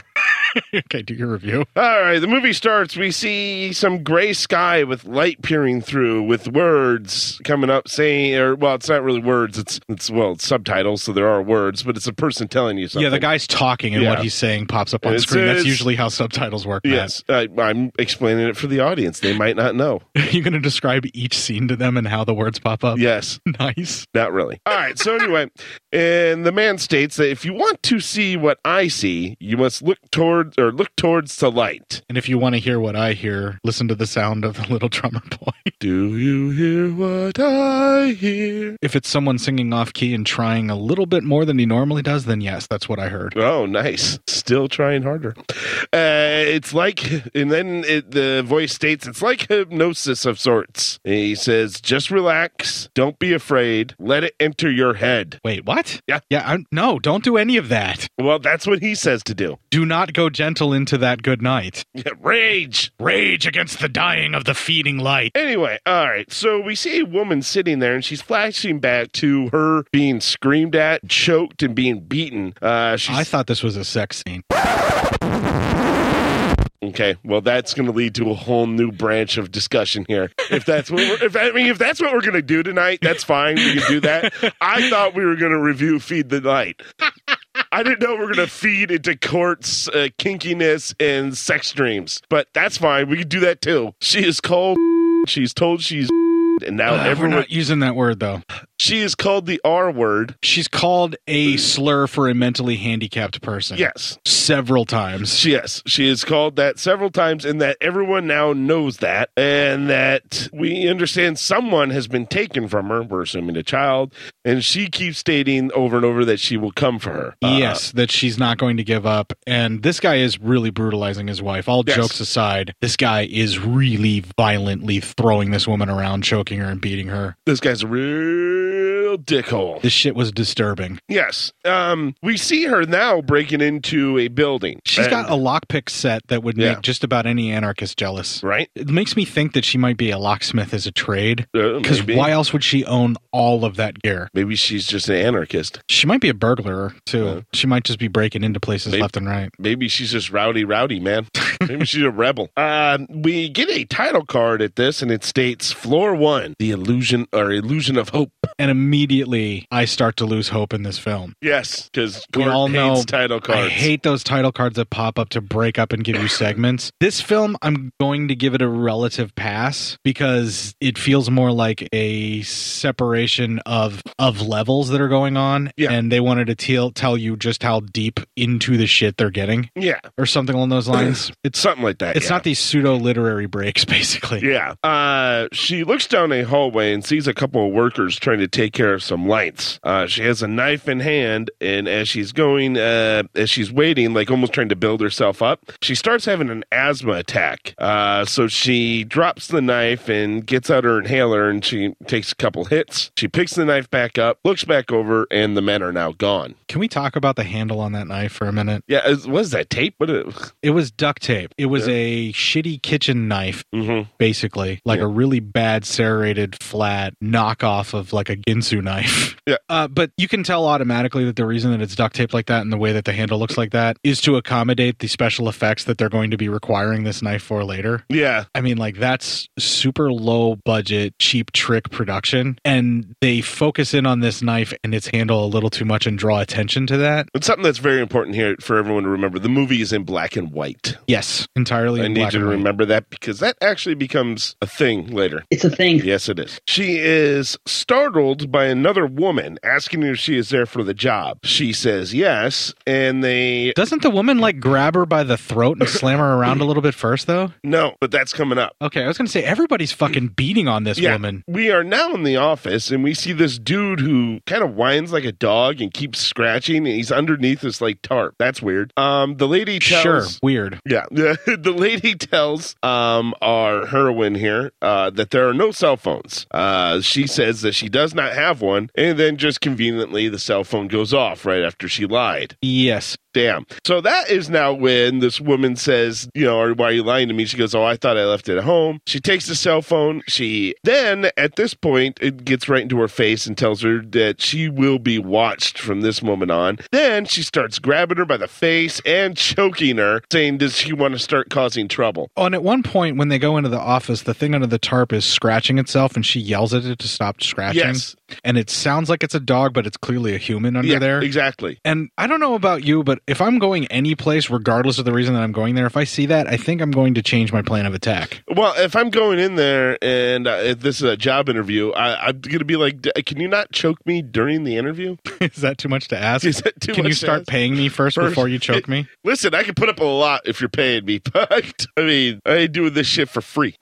Speaker 8: okay, do your review.
Speaker 7: All right, the movie starts. We see some gray sky with light peering through, with words coming up saying, or well, it's not really words. It's it's well, it's subtitles, so there are words, but it's a person telling you something.
Speaker 8: Yeah, the guy's talking and
Speaker 7: Yeah.
Speaker 8: what he's saying pops up on
Speaker 7: It's-
Speaker 8: screen. That's
Speaker 7: it's-
Speaker 8: usually how subtitles work. Matt.
Speaker 7: Yes, I, I'm explaining it for the audience. They might not know.
Speaker 8: Are you going to describe each scene to them and how the words pop up?
Speaker 7: Yes.
Speaker 8: Nice.
Speaker 7: Not really. All right. So anyway, and the man states that if you want to see what I see, you must look toward towards or look towards the light.
Speaker 8: And if you want to hear what I hear, listen to the sound of the little drummer boy.
Speaker 7: Do you hear what I hear?
Speaker 8: If it's someone singing off key and trying a little bit more than he normally does, then yes, that's what I heard.
Speaker 7: Oh, nice. Still trying harder. Uh, it's like, and then it, the voice states, it's like hypnosis of sorts. He says, just relax. Don't be afraid. Let it enter your head.
Speaker 8: Wait, what?
Speaker 7: Yeah.
Speaker 8: Yeah, I, no, don't do any of that.
Speaker 7: Well, that's what he says to do.
Speaker 8: Do not go gentle into that good night.
Speaker 7: Yeah, rage.
Speaker 6: Rage against the dying of the feeding light.
Speaker 7: Anyway, all right. So we see a woman sitting there and she's flashing back to her being screamed at, choked, and being beaten. Uh, she's,
Speaker 8: I thought this was a sex scene.
Speaker 7: Okay, well, that's going to lead to a whole new branch of discussion here. If that's what we're, if I mean, if that's what we're going to do tonight, that's fine. We can do that. I thought we were going to review Feed the Night. I didn't know we are going to feed into court's uh, kinkiness and sex dreams, but that's fine. We can do that too. She is called. She's told she's. And now
Speaker 8: Ugh,
Speaker 7: everyone.
Speaker 8: We're not using that word though.
Speaker 7: She is called the R word.
Speaker 8: She's called a slur for a mentally handicapped person.
Speaker 7: Yes.
Speaker 8: Several times.
Speaker 7: She- Yes, she is called that several times, and that everyone now knows that, and that we understand someone has been taken from her. We're assuming a child, and she keeps stating over and over that she will come for her. Uh,
Speaker 8: yes, that she's not going to give up. And this guy is really brutalizing his wife. All
Speaker 7: Yes.
Speaker 8: jokes aside, this guy is really violently throwing this woman around, choking her and beating her.
Speaker 7: this guy's a real dickhole.
Speaker 8: This shit was disturbing.
Speaker 7: Yes, um, we see her now breaking into a building.
Speaker 8: She's
Speaker 7: And-
Speaker 8: got a lockpick set that would
Speaker 7: Yeah.
Speaker 8: make just about any anarchist jealous.
Speaker 7: Right.
Speaker 8: It makes me think that she might be a locksmith as a trade.
Speaker 7: Uh,
Speaker 8: Because
Speaker 7: maybe.
Speaker 8: why else would she own all of that gear?
Speaker 7: Maybe she's just an anarchist.
Speaker 8: She might be a burglar too.
Speaker 7: Uh,
Speaker 8: she might just be breaking into places
Speaker 7: maybe-
Speaker 8: left and right.
Speaker 7: Maybe she's just rowdy, rowdy, man. Maybe she's a rebel. Um, we get a title card at this, and it states "Floor One: The Illusion or Illusion of Hope."
Speaker 8: And immediately, I start to lose hope in this film.
Speaker 7: Yes, because
Speaker 8: We
Speaker 7: Gort
Speaker 8: all
Speaker 7: hates
Speaker 8: know
Speaker 7: title cards.
Speaker 8: I hate those title cards that pop up to break up and give you segments. This film, I'm going to give it a relative pass because it feels more like a separation of of levels that are going on,
Speaker 7: Yeah.
Speaker 8: and they wanted to tell tell you just how deep into the shit they're getting,
Speaker 7: yeah,
Speaker 8: or something along those lines. It's
Speaker 7: something like that.
Speaker 8: It's
Speaker 7: yeah.
Speaker 8: not these pseudo literary breaks, basically.
Speaker 7: Yeah. Uh, she looks down a hallway and sees a couple of workers trying to take care of some lights. Uh, she has a knife in hand, and as she's going, uh, as she's waiting, like almost trying to build herself up, she starts having an asthma attack. Uh, so she drops the knife and gets out her inhaler, and she takes a couple hits. She picks the knife back up, looks back over, and the men are now gone.
Speaker 8: Can we talk about the handle on that knife for a minute?
Speaker 7: Yeah, is- what is that tape? What? It,
Speaker 8: It was duct tape. It was a shitty kitchen knife,
Speaker 7: Mhm.
Speaker 8: basically, like
Speaker 7: Yeah.
Speaker 8: a really bad serrated flat knockoff of like a Ginsu knife.
Speaker 7: Yeah.
Speaker 8: Uh, but you can tell automatically that the reason that it's duct taped like that and the way that the handle looks like that is to accommodate the special effects that they're going to be requiring this knife for later.
Speaker 7: yeah.
Speaker 8: I mean, like that's super low budget, cheap trick production. And they focus in on this knife and its handle a little too much and draw attention to that.
Speaker 7: It's something that's very important here for everyone to remember. The movie is in black and white.
Speaker 8: Yes, entirely.
Speaker 7: I
Speaker 8: in
Speaker 7: need
Speaker 8: black
Speaker 7: you to
Speaker 8: and white.
Speaker 7: remember that because that actually becomes a thing later.
Speaker 13: It's a thing.
Speaker 7: Yes, it is. She is startled by another woman asking if she is there for the job. She says yes, and they
Speaker 8: Doesn't the woman like grab her by the throat and slam her around a little bit first, though?
Speaker 7: no, but that's coming up.
Speaker 8: Okay, I was going to say everybody's fucking beating on this
Speaker 7: Yeah,
Speaker 8: woman.
Speaker 7: We are now in the office and we see this dude who kind of whines like a dog and keeps scratching and he's underneath this like tarp. That's weird. Um the lady tells
Speaker 8: Sure, weird.
Speaker 7: Yeah, the lady tells um, our heroine here uh, that there are no cell phones. Uh, she says that she does not have one, and then just conveniently the cell phone goes off right after she lied.
Speaker 8: Yes.
Speaker 7: Damn. So that is now when this woman says, you know, "Are- why are you lying to me? She goes, oh, I thought I left it at home. She takes the cell phone. She then, at this point, it gets right into her face and tells her that she will be watched from this moment on. Then she starts grabbing her by the face and choking her, saying, does she want to start causing trouble?
Speaker 8: Oh, and at one point when they go into the office, the thing under the tarp is scratching itself, and she yells at it to stop scratching.
Speaker 7: Yes.
Speaker 8: And it sounds like it's a dog, but it's clearly a human under
Speaker 7: yeah,
Speaker 8: there.
Speaker 7: exactly.
Speaker 8: And I don't know about you, but if I'm going any place, regardless of the reason that I'm going there, if I see that, I think I'm going to change my plan of attack.
Speaker 7: Well, if I'm going in there and uh, if this is a job interview, I, I'm going to be like, "D- "Can you not choke me during the interview?"
Speaker 8: Is that too much to ask?
Speaker 7: Is that too
Speaker 8: Can you
Speaker 7: much to
Speaker 8: start
Speaker 7: ask?
Speaker 8: paying me first,
Speaker 7: First-
Speaker 8: before you choke me?
Speaker 7: Listen, I can put up a lot if you're paying me, but I mean, I ain't doing this shit for free.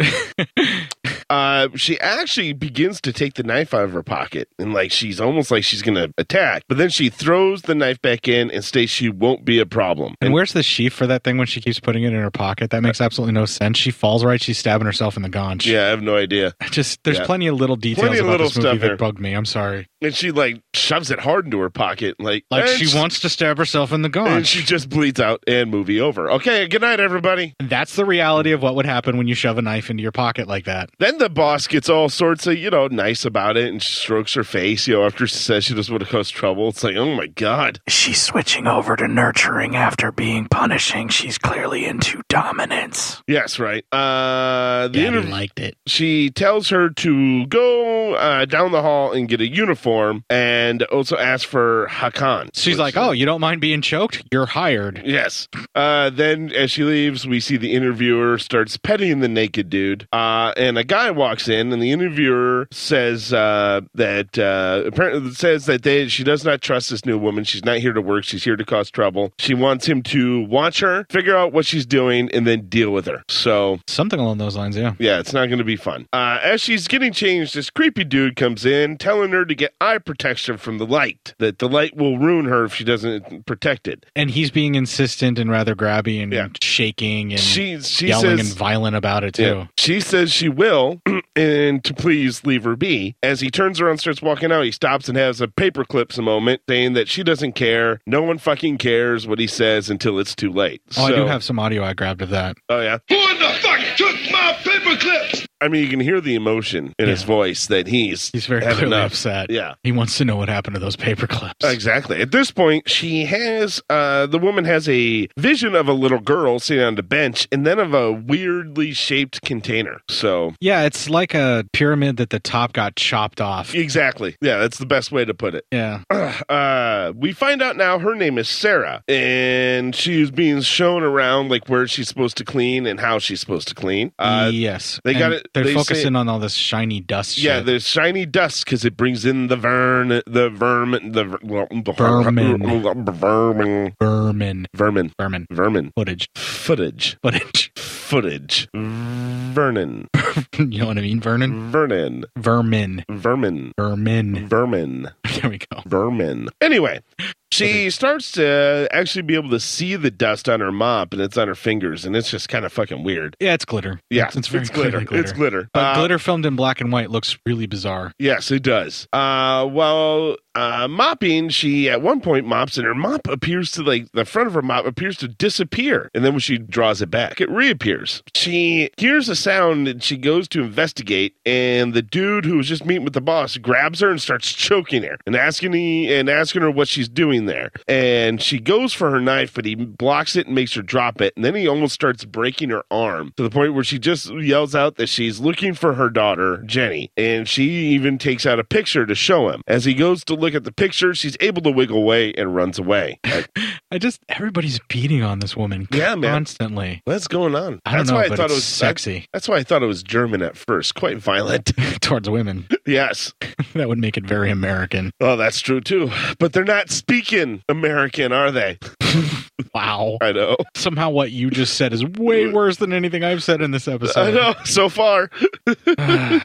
Speaker 7: uh, she actually begins to take the knife out of her pocket, and like she's almost like she's gonna attack, but then she throws the knife back in and states she won't be a problem.
Speaker 8: And where's the sheath for that thing when she keeps putting it in her pocket? That makes absolutely no sense. She falls right. She's stabbing herself in the gaunch.
Speaker 7: Yeah, I have no idea.
Speaker 8: Just there's
Speaker 7: Yeah.
Speaker 8: plenty of little details
Speaker 7: Plenty of
Speaker 8: about
Speaker 7: little
Speaker 8: this movie
Speaker 7: stuff
Speaker 8: that
Speaker 7: here.
Speaker 8: bugged me. I'm sorry.
Speaker 7: and she like shoves it hard into her pocket, like
Speaker 8: Like
Speaker 7: and
Speaker 8: she wants to stab herself in the
Speaker 7: and
Speaker 8: gaunch.
Speaker 7: she just bleeds out and movie over. Okay, good night, everybody.
Speaker 8: That's the reality of what would happen when you shove a knife into your pocket like that.
Speaker 7: Then the boss gets all sorts of, you know, nice about it and strokes her face, you know, after she says she doesn't want to cause trouble. It's like, oh my God.
Speaker 13: She's switching over to nurturing after being punishing. She's clearly into dominance.
Speaker 7: Yes, right. Uh, the
Speaker 13: Daddy
Speaker 8: liked it.
Speaker 7: She tells her to go uh, down the hall and get a uniform and also ask for Hakan.
Speaker 8: She's like, "Oh, you don't mind being choked? You're hired."
Speaker 7: Yes. Uh, then as she leaves, we see the interviewer starts petting the naked dude. Uh, and a guy walks in, and the interviewer says uh, that uh, apparently says that they she does not trust this new woman. She's not here to work. She's here to cause trouble. She wants him to watch her, figure out what she's doing, and then deal with her. So
Speaker 8: something along those lines. Yeah.
Speaker 7: yeah, it's not going to be fun. Uh, as she's getting changed, this creepy dude comes in, telling her to get eye protection from the light. That the light will ruin her if she doesn't protect it.
Speaker 8: And he's being insistent and rather grabby and shaking and
Speaker 7: She- she
Speaker 8: yelling
Speaker 7: says-
Speaker 8: and violent about it too.
Speaker 7: Yeah. She says she will, and to please leave her be. As he turns around, and starts walking out, he stops and has a paperclips a moment, saying that she doesn't care. No one fucking cares what he says until it's too late.
Speaker 8: Oh, I do
Speaker 7: So-
Speaker 8: have some audio I grabbed of that.
Speaker 7: Oh yeah. Who in the fuck took my paperclips? I mean, you can hear the emotion in his voice that he's
Speaker 8: He's very
Speaker 7: had
Speaker 8: clearly
Speaker 7: enough.
Speaker 8: upset.
Speaker 7: Yeah.
Speaker 8: He wants to know what happened to those paper clips.
Speaker 7: Exactly. At this point, she has uh, the woman has a vision of a little girl sitting on the bench, and then of a weirdly shaped container. So
Speaker 8: Yeah, it's like a pyramid that the top got chopped off.
Speaker 7: Exactly. Yeah, that's the best way to put it.
Speaker 8: Yeah.
Speaker 7: Uh, we find out now her name is Sarah, and she's being shown around like where she's supposed to clean and how she's supposed to clean. Uh,
Speaker 8: yes.
Speaker 7: they
Speaker 8: And
Speaker 7: got it.
Speaker 8: They're
Speaker 7: they say-
Speaker 8: focusing on all this shiny dust
Speaker 7: yeah,
Speaker 8: shit.
Speaker 7: there's shiny dust because it brings in the vern, the vermin, the ver- well, the-
Speaker 8: Vermin.
Speaker 7: vermin,
Speaker 8: vermin,
Speaker 7: vermin,
Speaker 8: vermin,
Speaker 7: vermin,
Speaker 8: footage,
Speaker 7: footage,
Speaker 8: footage,
Speaker 7: footage, Vernon,
Speaker 8: you know what I mean? Vernon?
Speaker 7: Vernon,
Speaker 8: Vermin.
Speaker 7: Vermin.
Speaker 8: Vermin.
Speaker 7: Vermin.
Speaker 8: There we go.
Speaker 7: Vermin. Anyway, she starts to actually be able to see the dust on her mop and it's on her fingers, and it's just kind of fucking weird.
Speaker 8: Yeah, it's glitter.
Speaker 7: Yeah,
Speaker 8: It's, it's very
Speaker 7: it's glitter.
Speaker 8: clearly glitter.
Speaker 7: It's glitter.
Speaker 8: But
Speaker 7: Uh,
Speaker 8: glitter filmed in black and white looks really bizarre.
Speaker 7: Yes, it does. Uh, while uh, mopping, she at one point mops, and her mop appears to like the front of her mop appears to disappear, and then when she draws it back, it reappears. She hears a sound, and she goes to investigate, and the dude who was just meeting with the boss grabs her and starts choking her and asking he, and asking her what she's doing there, and she goes for her knife, but he blocks it and makes her drop it, and then he almost starts breaking her arm to the point where she just yells out that she's looking for her daughter Jenny, and she even takes out a picture to show him. As he goes to look at the picture, she's able to wiggle away and runs away. Like,
Speaker 8: I just everybody's beating on this woman
Speaker 7: Yeah, man.
Speaker 8: constantly.
Speaker 7: what's going on?
Speaker 8: I don't know, but it's sexy.
Speaker 7: that's why I thought it was German at first, quite violent.
Speaker 8: Towards women.
Speaker 7: yes.
Speaker 8: that would make it very American.
Speaker 7: Oh, that's true too. But they're not speaking American, are they?
Speaker 8: wow.
Speaker 7: I know.
Speaker 8: Somehow what you just said is way worse than anything I've said in this episode.
Speaker 7: I know so far.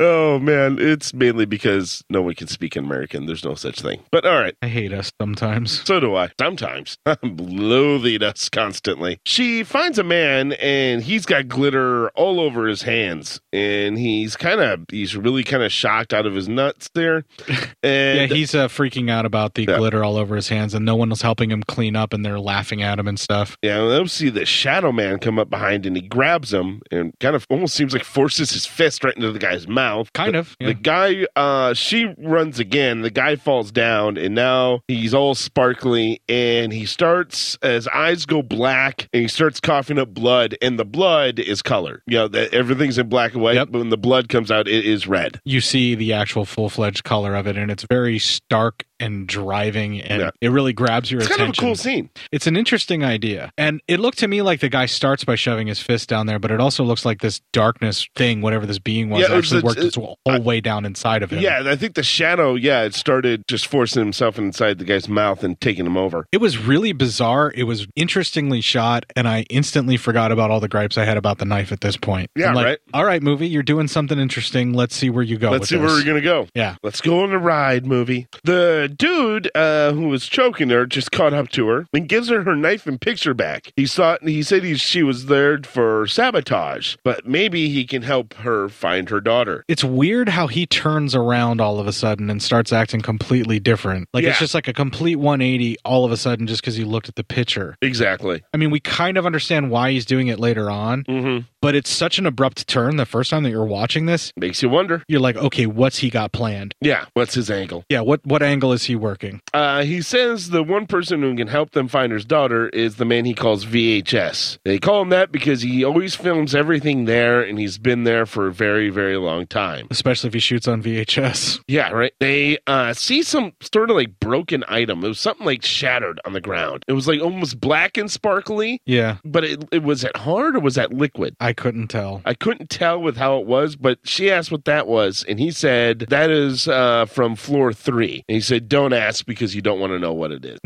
Speaker 7: oh man, it's mainly because no one can speak in American. There's no such thing. But all right.
Speaker 8: I hate us sometimes.
Speaker 7: So do I. Sometimes. I'm loathing us constantly. She finds a man and he's got glitter all over his hands. And he's kind of, he's really kind of shocked out of his nuts there.
Speaker 8: Yeah,
Speaker 7: And
Speaker 8: he's uh, freaking out about the glitter all over his hands, and no one was helping him clean up, and they're laughing at him and stuff.
Speaker 7: Yeah, and they'll see the shadow man come up behind and he grabs him and kind of almost seems like forces his fist right into the guy's mouth.
Speaker 8: Kind of.
Speaker 7: The guy, uh, she runs again. The guy falls down and now he's all sparkly and he starts, his eyes go black and he starts coughing up blood and the blood is color. You know, that everything's in black and white, but when the blood comes out, it is red.
Speaker 8: You see the actual full fledged color of it, and it's very stark and driving, and it really grabs your
Speaker 7: It's kind
Speaker 8: attention.
Speaker 7: of a cool scene.
Speaker 8: It's an interesting idea, and it looked to me like the guy starts by shoving his fist down there, but it also looks like this darkness thing, whatever this being was,
Speaker 7: Yeah, it was
Speaker 8: actually
Speaker 7: a-
Speaker 8: worked its whole way down inside of him.
Speaker 7: Yeah, and I think the shadow, yeah, it started just forcing himself inside the guy's mouth and taking him over.
Speaker 8: It was really bizarre. It was interestingly shot, and I instantly forgot about all the gripes I had about the knife at this point.
Speaker 7: Yeah,
Speaker 8: I'm like,
Speaker 7: right.
Speaker 8: All right, movie, you're doing something interesting. Let's see where you go.
Speaker 7: Let's
Speaker 8: with
Speaker 7: see where
Speaker 8: this."
Speaker 7: we're gonna go.
Speaker 8: Yeah.
Speaker 7: Let's go on a ride, movie. The dude uh, who was choking her just caught up to her and gives her her knife and picture back. He thought he said he, she was there for sabotage, but maybe he can help her find her daughter.
Speaker 8: It's weird how he turns around all of a sudden and starts acting completely different. Like
Speaker 7: Yeah.
Speaker 8: it's just like a complete 180 all of a sudden just because he looked at the picture.
Speaker 7: Exactly.
Speaker 8: I mean, we kind of understand why he's doing it later on,
Speaker 7: Mm-hmm.
Speaker 8: but it's such an abrupt turn the first time that you're watching this.
Speaker 7: Makes you wonder.
Speaker 8: You're like, okay, what's he got planned?
Speaker 7: Yeah. What's his angle?
Speaker 8: Yeah, what what angle is he working?
Speaker 7: Uh, he says the one person who can help them find his daughter is the man he calls VHS. They call him that because he always films everything there and he's been there for a very, very long time.
Speaker 8: Especially if he shoots on VHS.
Speaker 7: Yeah, right. They uh, see some sort of like broken item. It was something like shattered on the ground. It was like almost black and sparkly.
Speaker 8: Yeah.
Speaker 7: But it, it was that hard or was that liquid?
Speaker 8: I couldn't tell.
Speaker 7: I couldn't tell with how it was, but she asked what that was, and he said that is uh, from floor three. And he said, "Don't ask because you don't want to know what it is."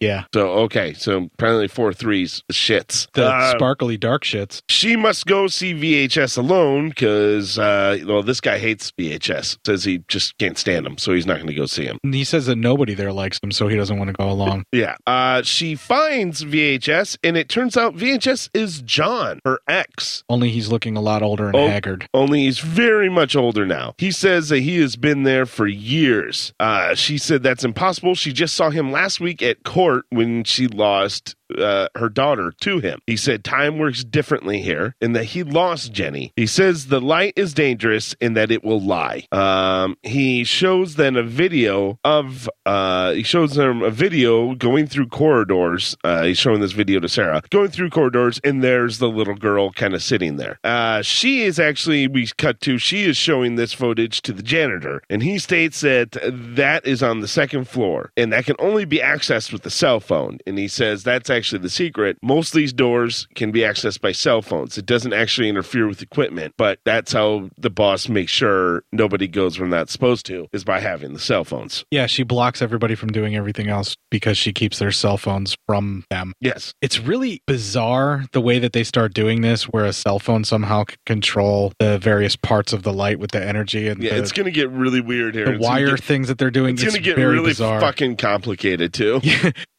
Speaker 8: yeah.
Speaker 7: So okay, so apparently floor three's shits.
Speaker 8: The
Speaker 7: Uh,
Speaker 8: sparkly dark shits.
Speaker 7: she must go see VHS alone because, uh, well, this guy hates VHS. Says he just can't stand him, so he's not going to go see him.
Speaker 8: And he says that nobody there likes him, so he doesn't want to go along.
Speaker 7: Yeah. Uh, she finds VHS, and it turns out VHS is John, her ex.
Speaker 8: Only he's looking a lot older and
Speaker 7: Oh,
Speaker 8: haggard.
Speaker 7: Only he's very much older now. He says that he has been there for years. Uh, she said that's impossible. She just saw him last week at court when she lost uh, her daughter to him. He said time works differently here and that he lost Jenny. He says the light is dangerous and that it will lie. Um, he shows then a video of, uh, he shows them a video going through corridors. Uh, he's showing this video to Sarah, going through corridors, and there's the little girl kind of sitting there. Uh, she is actually, we cut to, she is showing this footage to the janitor, and he states that that is on the second floor, and that can only be accessed with the cell phone. And he says that's actually the secret. Most of these doors can be accessed by cell phones, it doesn't actually interfere with equipment, but that's how the boss makes sure nobody goes when that's supposed to, is by having the cell phones.
Speaker 8: Yeah, she blocks everybody from doing everything else because she keeps their cell phones from them.
Speaker 7: Yes.
Speaker 8: It's really bizarre the way that they start doing this, where a cell phone somehow c- control the various parts of the light with the energy and
Speaker 7: Yeah,
Speaker 8: the,
Speaker 7: it's going to get really weird here.
Speaker 8: the
Speaker 7: It's gonna
Speaker 8: wire
Speaker 7: get-
Speaker 8: things that they're doing.
Speaker 7: It's,
Speaker 8: It's,
Speaker 7: going to get
Speaker 8: very
Speaker 7: really
Speaker 8: bizarre.
Speaker 7: fucking complicated too.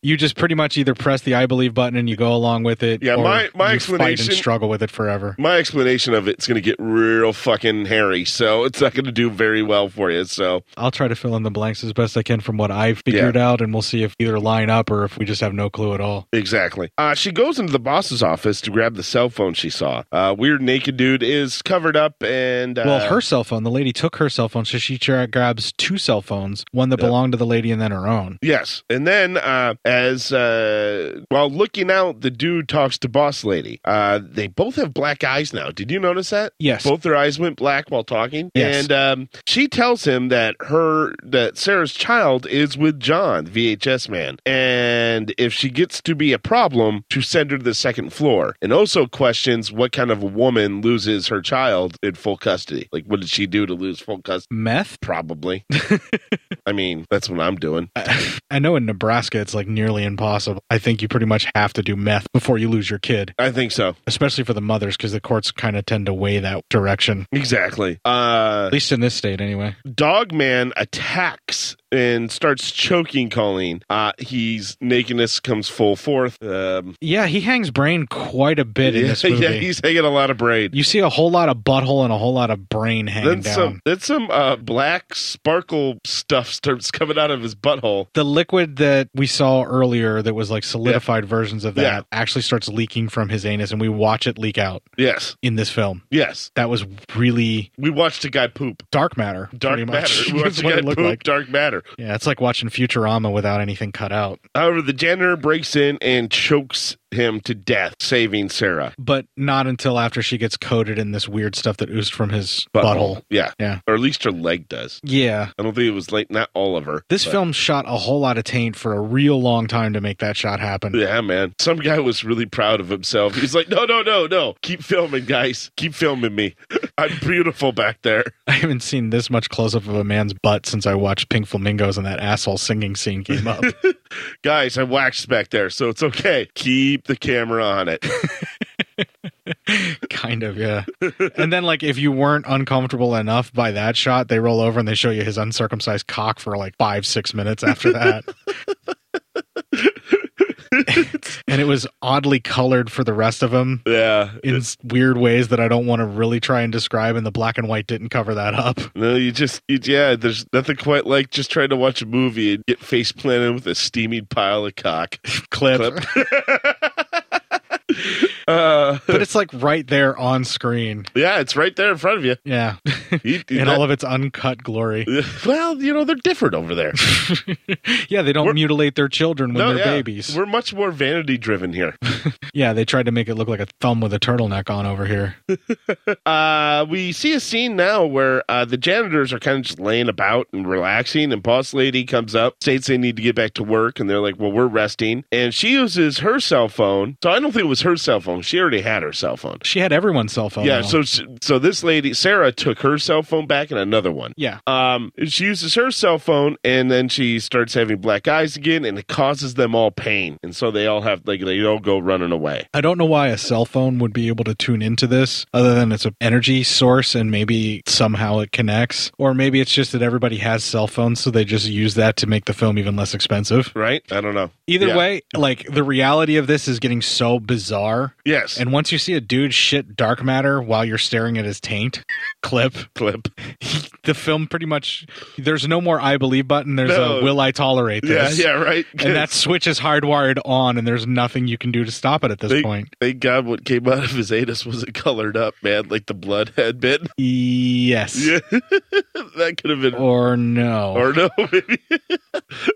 Speaker 8: you just pretty much either press the I believe button and you go along with it.
Speaker 7: Yeah,
Speaker 8: or
Speaker 7: my- my
Speaker 8: you fight
Speaker 7: explanation-
Speaker 8: and struggle with it forever.
Speaker 7: My explanation of it's going to get real fucking hairy, so it's not going to do very well for you. So
Speaker 8: I'll try to fill in the blanks as best I can from what I've figured out, and we'll see if either line up or if we just have no clue at all.
Speaker 7: Exactly. Uh, she goes into the boss's office to grab the cell phone she saw. Uh, weird naked dude is covered up and uh,
Speaker 8: Well, her cell phone. The lady took her cell phone, so she tra- grabs two cell phones: one that belonged to the lady and then her own.
Speaker 7: Yes, and then uh, as uh, while looking out, the dude talks to boss lady. Uh, they both have black eyes now. Did you notice that?
Speaker 8: Yes.
Speaker 7: both their eyes went black while talking.
Speaker 8: Yes.
Speaker 7: and um, she tells him that her that Sarah's child is with John, VHS man, and if she gets to be a problem, to send her to the second floor. And also questions what kind of a woman loses her child in full custody. Like, what did she do to lose full custody?
Speaker 8: Meth,
Speaker 7: probably. I mean, that's what I'm doing.
Speaker 8: I know in Nebraska it's like nearly impossible. I think you pretty much have to do meth before you lose your kid,
Speaker 7: I think so.
Speaker 8: especially for the mothers because the courts kind of tend to weigh that direction.
Speaker 7: Exactly. Uh,
Speaker 8: At least in this state, anyway.
Speaker 7: Dogman attacks and starts choking Colleen. Uh, he's nakedness comes full forth. Um,
Speaker 8: Yeah, he hangs brain quite a bit in
Speaker 7: yeah,
Speaker 8: this movie.
Speaker 7: yeah, he's hanging a lot of braid.
Speaker 8: you see a whole lot of butthole and a whole lot of brain hanging
Speaker 7: Then
Speaker 8: down.
Speaker 7: some, then some uh, black sparkle stuff starts coming out of his butthole.
Speaker 8: the liquid that we saw earlier that was like solidified versions of that
Speaker 7: Yeah.
Speaker 8: actually starts leaking from his anus and we watch it leak out
Speaker 7: Yes,
Speaker 8: in this film.
Speaker 7: yes.
Speaker 8: That was really
Speaker 7: We watched a guy poop.
Speaker 8: dark matter.
Speaker 7: Dark
Speaker 8: pretty much,
Speaker 7: matter. We watched
Speaker 8: is
Speaker 7: a
Speaker 8: what
Speaker 7: guy
Speaker 8: it looked
Speaker 7: poop.
Speaker 8: like.
Speaker 7: Dark matter.
Speaker 8: Yeah, it's like watching Futurama without anything cut out.
Speaker 7: However, the janitor breaks in and chokes him to death, saving Sarah.
Speaker 8: But not until after she gets coated in this weird stuff that oozed from his butthole.
Speaker 7: Yeah.
Speaker 8: Yeah.
Speaker 7: Or at least her leg does.
Speaker 8: Yeah.
Speaker 7: I don't think it was like not all of her.
Speaker 8: This
Speaker 7: but-
Speaker 8: film shot a whole lot of taint for a real long time to make that shot happen.
Speaker 7: Yeah, man. Some guy was really proud of himself. He's like, no, no, no, no. Keep filming, guys. Keep filming me. I'm beautiful back there.
Speaker 8: I haven't seen this much close up of a man's butt since I watched Pink Flamingos and that asshole singing scene came up.
Speaker 7: Guys, I waxed back there, so it's okay. Keep the camera on it.
Speaker 8: kind of, yeah. And then, like, if you weren't uncomfortable enough by that shot, they roll over and they show you his uncircumcised cock for like five, six minutes after that. and it was oddly colored for the rest of him.
Speaker 7: Yeah.
Speaker 8: In s- weird ways that I don't want to really try and describe, and the black and white didn't cover that up.
Speaker 7: No, you just, you, yeah, there's nothing quite like just trying to watch a movie and get face planted with a steaming pile of cock.
Speaker 8: Clip.
Speaker 7: uh,
Speaker 8: But it's like right there on screen.
Speaker 7: yeah, it's right there in front of you.
Speaker 8: Yeah.
Speaker 7: You-
Speaker 8: in
Speaker 7: that-
Speaker 8: all of its uncut glory.
Speaker 7: Well, you know, they're different over there.
Speaker 8: Yeah, they don't mutilate their children when
Speaker 7: No,
Speaker 8: they're
Speaker 7: yeah.
Speaker 8: babies.
Speaker 7: We're much more vanity driven here.
Speaker 8: Yeah, they tried to make it look like a thumb with a turtleneck on over here.
Speaker 7: uh, we see a scene now where uh, the janitors are kind of just laying about and relaxing, and Boss Lady comes up, states they need to get back to work, and they're like, "Well, we're resting," and she uses her cell phone. So I don't think it was her cell phone; she already had her cell phone.
Speaker 8: She had everyone's cell phone.
Speaker 7: yeah,
Speaker 8: now.
Speaker 7: so so this lady Sarah took her cell phone back and another one.
Speaker 8: Yeah.
Speaker 7: Um, she uses her cell phone and then she starts having black eyes again, and it causes them all pain, and so they all have like they all go running away.
Speaker 8: I don't know why a cell phone would be able to tune into this other than it's an energy source and maybe somehow it connects. Or maybe it's just that everybody has cell phones, so they just use that to make the film even less expensive.
Speaker 7: Right? I don't know.
Speaker 8: Either
Speaker 7: Yeah.
Speaker 8: way, like the reality of this is getting so bizarre.
Speaker 7: Yes.
Speaker 8: And once you see a dude shit dark matter while you're staring at his taint, clip,
Speaker 7: clip,
Speaker 8: the film pretty much, there's no more I believe button. There's
Speaker 7: No.
Speaker 8: a will I tolerate
Speaker 7: Yeah,
Speaker 8: this.
Speaker 7: yeah, right.
Speaker 8: And that switch is hardwired on, and there's nothing you can do to stop it at this
Speaker 7: thank,
Speaker 8: point.
Speaker 7: Thank God what came out of his anus wasn't colored up, man, like the blood had been.
Speaker 8: Yes.
Speaker 7: Yeah. that could have been.
Speaker 8: Or no.
Speaker 7: Or no, maybe.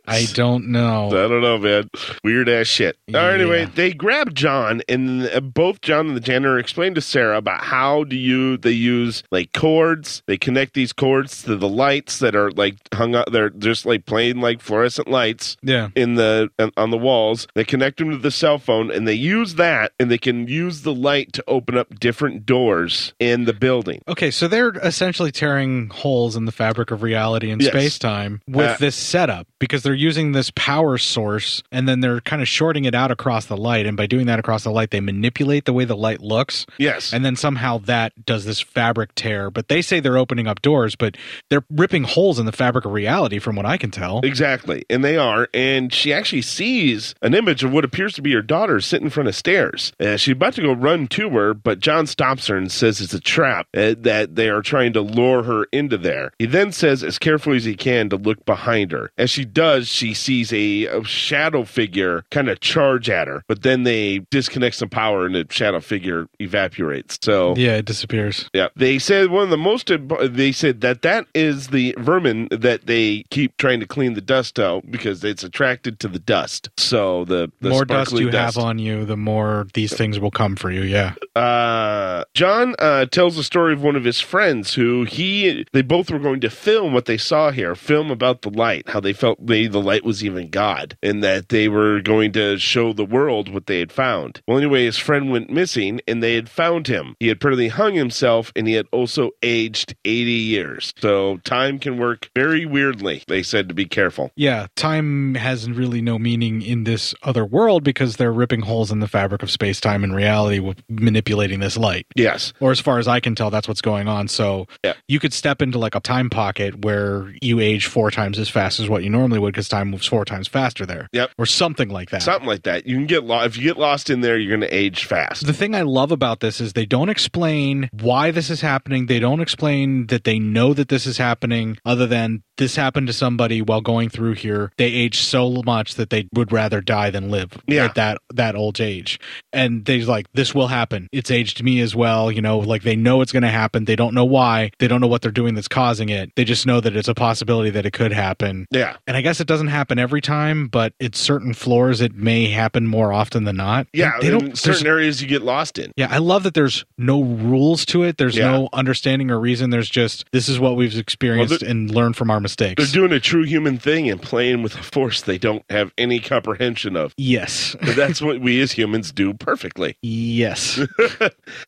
Speaker 8: I don't know.
Speaker 7: I don't know, man. Weird ass shit. All right, anyway, they grab John, and uh, both John and the janitor explain to Sarah about how do you they use like cords. They connect these cords to the lights that are like hung up. They're just like plain like fluorescent lights.
Speaker 8: Yeah.
Speaker 7: in the on the walls. They connect them to the cell phone, and they use that, and they can use the light to open up different doors in the building.
Speaker 8: Okay, so they're essentially tearing holes in the fabric of reality and
Speaker 7: Yes.
Speaker 8: space time with
Speaker 7: Uh,
Speaker 8: this setup because they're using this power source and then they're kind of shorting it out across the light. And by doing that across the light, they manipulate the way the light looks.
Speaker 7: Yes.
Speaker 8: And then somehow that does this fabric tear. But they say they're opening up doors, but they're ripping holes in the fabric of reality from what I can tell.
Speaker 7: Exactly. And they are. And she actually sees an image of what appears to be her daughter sitting in front of stairs. Uh, she's about to go run to her, but John stops her and says it's a trap, uh, that they are trying to lure her into there. He then says, as carefully as he can, to look behind her. As she does, she sees a, a shadow figure kind of charge at her, but then they disconnect some power and the shadow figure evaporates. So.
Speaker 8: Yeah, it disappears.
Speaker 7: Yeah, they said one of the most. imp- They said that that is the vermin that they keep trying to clean the dust out because it's attracted to the dust. So the, the
Speaker 8: more dust
Speaker 7: sparkly
Speaker 8: you have on you, the more these things will come for you. Yeah.
Speaker 7: uh, John uh, tells the story of one of his friends who he they both were going to film what they saw here, film about the light, how they felt they the light was even God, and that they were going to show the world what they had found. Well, anyway, his friend went missing, and they had found him. He had apparently hung himself, and he had also aged eighty years. So time can work very weirdly. They said to be careful.
Speaker 8: Yeah, time has really no meaning in this other world because they're ripping holes in the fabric of space time and reality with manipulating this light.
Speaker 7: Yes.
Speaker 8: Or as far as I can tell, that's what's going on. So you could step into like a time pocket where you age four times as fast as what you normally would because time moves four times faster there.
Speaker 7: Yep.
Speaker 8: Or something like that.
Speaker 7: Something like that. You can get lost if you get lost in there. You're going to age fast.
Speaker 8: The thing I love about this is they don't explain why this is happening. They don't explain that they know that this is happening, other than This happened to somebody while going through here. They aged so much that they would rather die than live
Speaker 7: Yeah.
Speaker 8: at that that old age. And they're like, this will happen. It's aged me as well. You know, like they know it's going to happen. They don't know why. They don't know what they're doing that's causing it. They just know that it's a possibility that it could happen.
Speaker 7: Yeah.
Speaker 8: And I guess it doesn't happen every time, but at certain floors, it may happen more often than not.
Speaker 7: Yeah,
Speaker 8: They
Speaker 7: in
Speaker 8: don't. there's-
Speaker 7: certain areas you get lost in.
Speaker 8: yeah, I love that there's no rules to it. There's
Speaker 7: Yeah.
Speaker 8: no understanding or reason. There's just this is what we've experienced
Speaker 7: they're-
Speaker 8: and learned from our mistakes.
Speaker 7: They're doing a true human thing and playing with a force they don't have any comprehension of.
Speaker 8: Yes.
Speaker 7: But that's what we as humans do perfectly.
Speaker 8: Yes.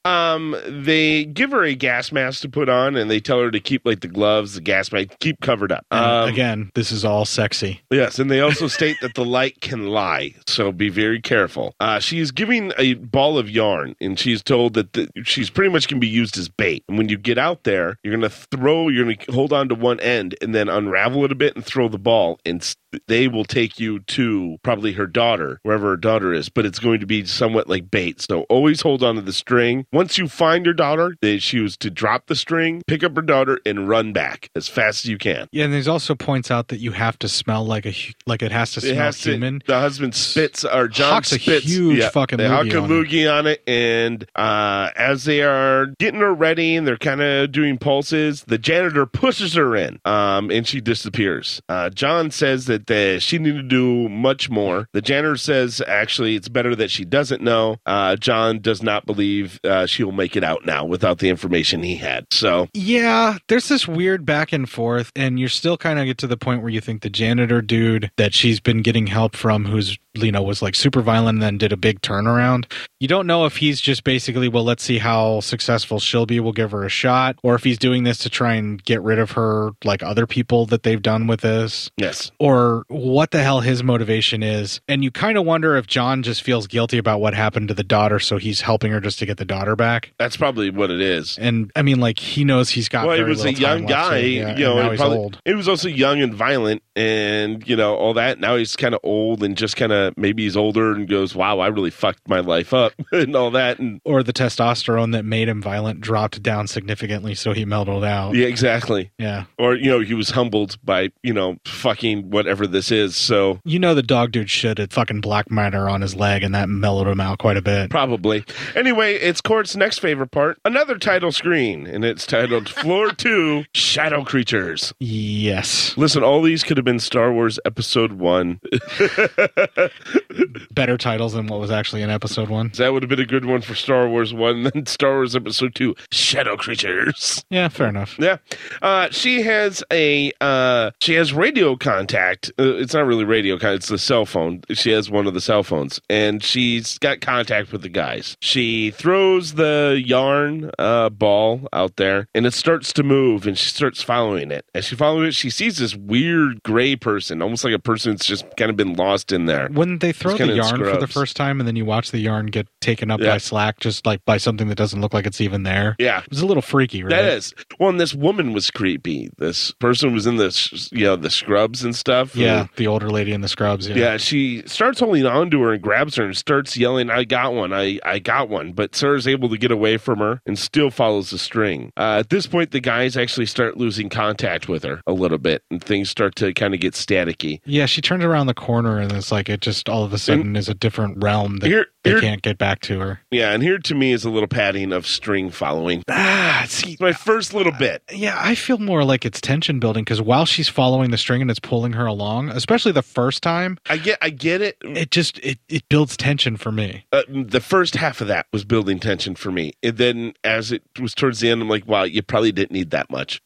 Speaker 7: um, they give her a gas mask to put on, and they tell her to keep like the gloves, the gas mask, keep covered up.
Speaker 8: And
Speaker 7: Um,
Speaker 8: again, this is all sexy.
Speaker 7: Yes, and they also state that the light can lie, so be very careful. Uh, she is giving a ball of yarn, and she's told that the, she's pretty much going to be used as bait. And when you get out there, you're going to throw, you're going to hold on to one end, and then unravel it a bit and throw the ball, and s- they will take you to probably her daughter, wherever her daughter is. But it's going to be somewhat like bait, so always hold on to the string. Once you find your daughter, they, she was to drop the string, pick up her daughter, and run back as fast as you can.
Speaker 8: Yeah, and there's also points out that you have to smell like a hu- like it has to
Speaker 7: It
Speaker 8: smell
Speaker 7: has to-
Speaker 8: human.
Speaker 7: the husband spits or John
Speaker 8: Hawks a
Speaker 7: spits.
Speaker 8: huge fucking
Speaker 7: they
Speaker 8: loogie
Speaker 7: huck a
Speaker 8: on it.
Speaker 7: loogie on it, and uh, as they are getting her ready and they're kind of doing pulses, the janitor pushes her in, um, and she disappears. Uh, John says that uh, she needed to do much more. The janitor says actually it's better that she doesn't know. Uh, John does not believe uh, she will make it out now without the information he had. So
Speaker 8: Yeah, there's this weird back and forth, and you're still kind of get to the point where you think the janitor dude that she's been getting help from, who's you know was like super violent and then did a big turnaround. You don't know if he's just basically, well, let's see how successful she'll be. We'll give her a shot, or if he's doing this to try and get rid of her, like other people that they've done with this.
Speaker 7: Yes.
Speaker 8: Or what the hell his motivation is, and you kind of wonder if John just feels guilty about what happened to the daughter, so he's helping her just to get the daughter back.
Speaker 7: that's probably what it is.
Speaker 8: And I mean, like he knows he's got.
Speaker 7: well, he
Speaker 8: very
Speaker 7: was a
Speaker 8: little time
Speaker 7: young
Speaker 8: left, so,
Speaker 7: guy,
Speaker 8: yeah,
Speaker 7: you know.
Speaker 8: and now
Speaker 7: and
Speaker 8: he's
Speaker 7: probably-
Speaker 8: old.
Speaker 7: He was also young and violent, and you know all that. Now he's kind of old and just kind of maybe he's older and goes, "Wow, I really fucked my life up," and all that. And
Speaker 8: Or the testosterone that made him violent dropped down significantly, so he mellowed out.
Speaker 7: yeah, exactly.
Speaker 8: Yeah.
Speaker 7: Or you know he was humbled by you know fucking whatever this is. So
Speaker 8: You know the dog dude shit had fucking black matter on his leg, and that mellowed him out quite a bit.
Speaker 7: Probably. Anyway, it's Court's next favorite part. Another title screen, and it's titled Floor 2 Shadow Creatures.
Speaker 8: Yes.
Speaker 7: Listen, all these could have been Star Wars Episode 1.
Speaker 8: Better titles than what was actually in episode one.
Speaker 7: That would have been a good one for Star Wars 1, then Star Wars Episode 2 Shadow Creatures.
Speaker 8: Yeah, fair enough.
Speaker 7: Yeah. Uh, she has a uh, she has radio contact. Uh, it's not really radio contact. It's the cell phone. She has one of the cell phones, and she's got contact with the guys. She throws the yarn uh, ball out there, and it starts to move, and she starts following it. As she follows it, she sees this weird gray person, almost like a person that's just kind of been lost in there.
Speaker 8: Wouldn't they throw
Speaker 7: It's
Speaker 8: the
Speaker 7: kinda
Speaker 8: yarn for the
Speaker 7: scrubs.
Speaker 8: first time, and then you watch the yarn get taken up
Speaker 7: Yeah.
Speaker 8: by slack, just like by something that doesn't look like it's even there?
Speaker 7: Yeah.
Speaker 8: It was a little freaky, right?
Speaker 7: That is. Well, and this woman was creepy. This person was in the, sh- you know, the scrubs and stuff.
Speaker 8: Yeah, the older lady in the scrubs.
Speaker 7: Yeah. she starts holding on to her and grabs her and starts yelling, I got one, I, I got one. But Sarah's able to get away from her and still follows the string. Uh, at this point, the guys actually start losing contact with her a little bit and things start to kind of get staticky.
Speaker 8: Yeah, she turns around the corner and it's like it just all of a sudden is a different realm that
Speaker 7: Here-
Speaker 8: they
Speaker 7: here-
Speaker 8: can't get back to her.
Speaker 7: Yeah, and here to me is a little padding of string following. Ah, see, my first little bit.
Speaker 8: Yeah, I feel more like it's tension building because while she's following the string and it's pulling her along, especially the first time,
Speaker 7: I get, I get it.
Speaker 8: it just it, it builds tension for me.
Speaker 7: uh, the first half of that was building tension for me. And then as it was towards the end, I'm like, wow, you probably didn't need that much.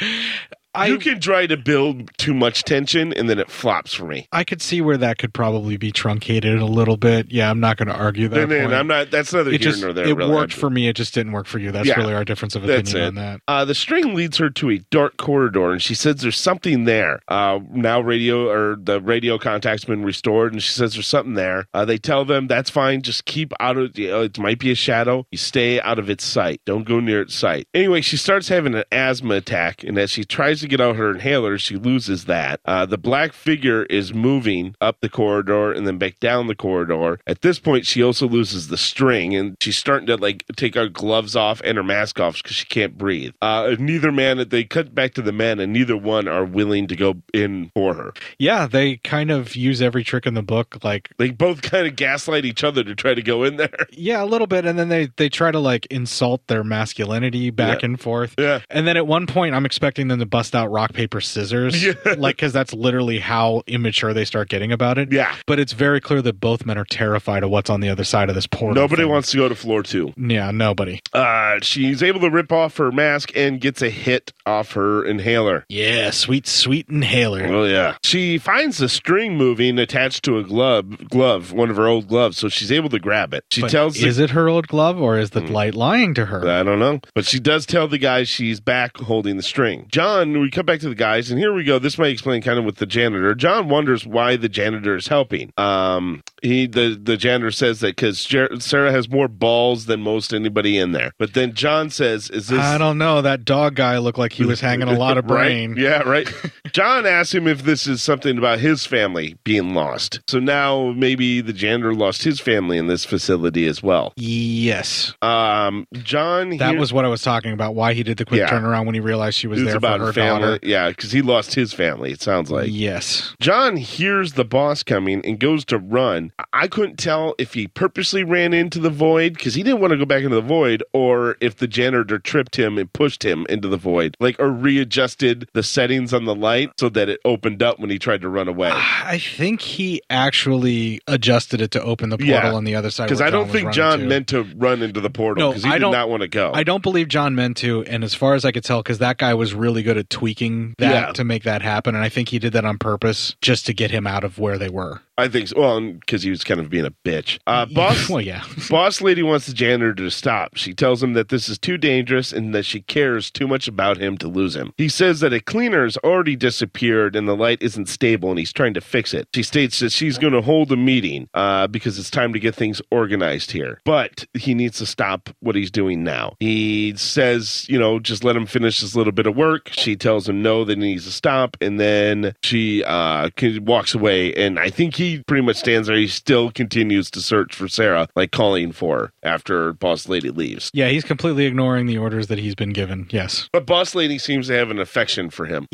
Speaker 7: you can try to build too much tension and then it flops for me.
Speaker 8: I could see where that could probably be truncated a little bit. Yeah, I'm not going to argue that.
Speaker 7: And then
Speaker 8: point.
Speaker 7: I'm not, that's neither here
Speaker 8: it just
Speaker 7: nor there.
Speaker 8: it
Speaker 7: really.
Speaker 8: worked for me. It just didn't work for you. That's
Speaker 7: Yeah.
Speaker 8: really our difference of
Speaker 7: That's
Speaker 8: opinion on
Speaker 7: it.
Speaker 8: that.
Speaker 7: Uh, the string leads her to a dark corridor, and she says there's something there. Uh, now radio or the radio contact's been restored, and she says there's something there. Uh, they tell them that's fine, just keep out of you know, it. Might be a shadow. You stay out of its sight. Don't go near its sight. Anyway, she starts having an asthma attack, and as she tries tries to get out her inhaler. She loses that. Uh, the black figure is moving up the corridor and then back down the corridor. At this point, she also loses the string and she's starting to like take her gloves off and her mask off because she can't breathe. Uh, neither man, they cut back to the men, and neither one are willing to go in for her.
Speaker 8: Yeah, they kind of use every trick in the book. Like,
Speaker 7: They both kind of gaslight each other to try to go in there.
Speaker 8: yeah, a little bit, and then they they try to like insult their masculinity back
Speaker 7: Yeah.
Speaker 8: and forth.
Speaker 7: Yeah.
Speaker 8: and then at one point, I'm expecting them to bust out rock paper scissors. Yeah. like because that's literally how immature they start getting about it.
Speaker 7: Yeah,
Speaker 8: but it's very clear that both men are terrified of what's on the other side of this portal.
Speaker 7: Nobody wants to go to floor two.
Speaker 8: Yeah, nobody.
Speaker 7: Uh, she's able to rip off her mask and gets a hit off her inhaler.
Speaker 8: Yeah, sweet, sweet inhaler.
Speaker 7: Oh yeah. She finds the string moving attached to a glove, glove, one of her old gloves, so she's able to grab it. She
Speaker 8: But
Speaker 7: tells the- Mm.
Speaker 8: is it her old glove or is the light lying to her?
Speaker 7: I don't know. But she does tell the guys she's back holding the string. John, we come back to the guys, and here we go. This might explain kind of with the janitor. John wonders why the janitor is helping. Um, he the the janitor says that because Jer- Sarah has more balls than most anybody in there. But then John says, "Is this?"
Speaker 8: I don't know. That dog guy looked like he was hanging a lot of
Speaker 7: Right?
Speaker 8: brain.
Speaker 7: Yeah, right. John asks him if this is something about his family being lost. So now maybe the janitor lost his family in this facility as well.
Speaker 8: Yes.
Speaker 7: Um, John.
Speaker 8: That
Speaker 7: here-
Speaker 8: was what I was talking about. Why he did the quick
Speaker 7: Yeah.
Speaker 8: turnaround when he realized she was
Speaker 7: It's
Speaker 8: there
Speaker 7: about
Speaker 8: for her
Speaker 7: family.
Speaker 8: daughter.
Speaker 7: Yeah, because he lost his family. It sounds like
Speaker 8: yes.
Speaker 7: John hears the boss coming and goes to run. I couldn't tell if he purposely ran into the void because he didn't want to go back into the void, or if the janitor tripped him and pushed him into the void, like or readjusted the settings on the light so that it opened up when he tried to run away.
Speaker 8: I think he actually adjusted it to open the portal on the other side.
Speaker 7: Because
Speaker 8: where
Speaker 7: I don't
Speaker 8: was
Speaker 7: think
Speaker 8: running
Speaker 7: John
Speaker 8: to.
Speaker 7: meant to run into the portal
Speaker 8: No,
Speaker 7: because he
Speaker 8: I
Speaker 7: did
Speaker 8: don't-
Speaker 7: not want to go.
Speaker 8: I don't believe John meant to, and as far as I could tell, because that guy was really good at tweaking that
Speaker 7: Yeah.
Speaker 8: to make that happen, and I think he did that on purpose just to get him out of where they were.
Speaker 7: I think so. Well, because he was kind of being a bitch. Uh, boss,
Speaker 8: Well, yeah.
Speaker 7: boss lady wants the janitor to stop. She tells him that this is too dangerous and that she cares too much about him to lose him. He says that a cleaner has already disappeared and the light isn't stable and he's trying to fix it. She states that she's going to hold a meeting uh, because it's time to get things organized here. But he needs to stop what he's doing now. He says, you know, just let him finish this little bit of work. She tells him no, that he needs to stop, and then she uh, can- walks away. And I think he pretty much stands there. He still continues to search for Sarah, like calling for her after Boss Lady leaves.
Speaker 8: Yeah, he's completely ignoring the orders that he's been given. Yes.
Speaker 7: But Boss Lady seems to have an affection for him.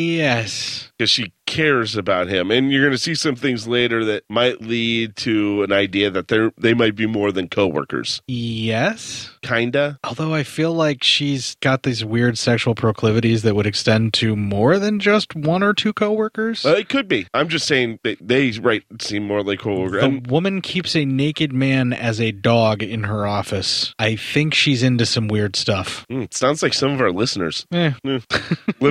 Speaker 8: Yes.
Speaker 7: because she cares about him. And you're going to see some things later that might lead to an idea that they are they might be more than coworkers.
Speaker 8: Yes.
Speaker 7: Kinda.
Speaker 8: Although I feel like she's got these weird sexual proclivities that would extend to more than just one or two coworkers.
Speaker 7: Uh, it could be. I'm just saying that they right seem more like coworkers.
Speaker 8: The
Speaker 7: And
Speaker 8: woman keeps a naked man as a dog in her office. I think she's into some weird stuff.
Speaker 7: Mm, it sounds like some of our listeners
Speaker 8: Eh.
Speaker 7: live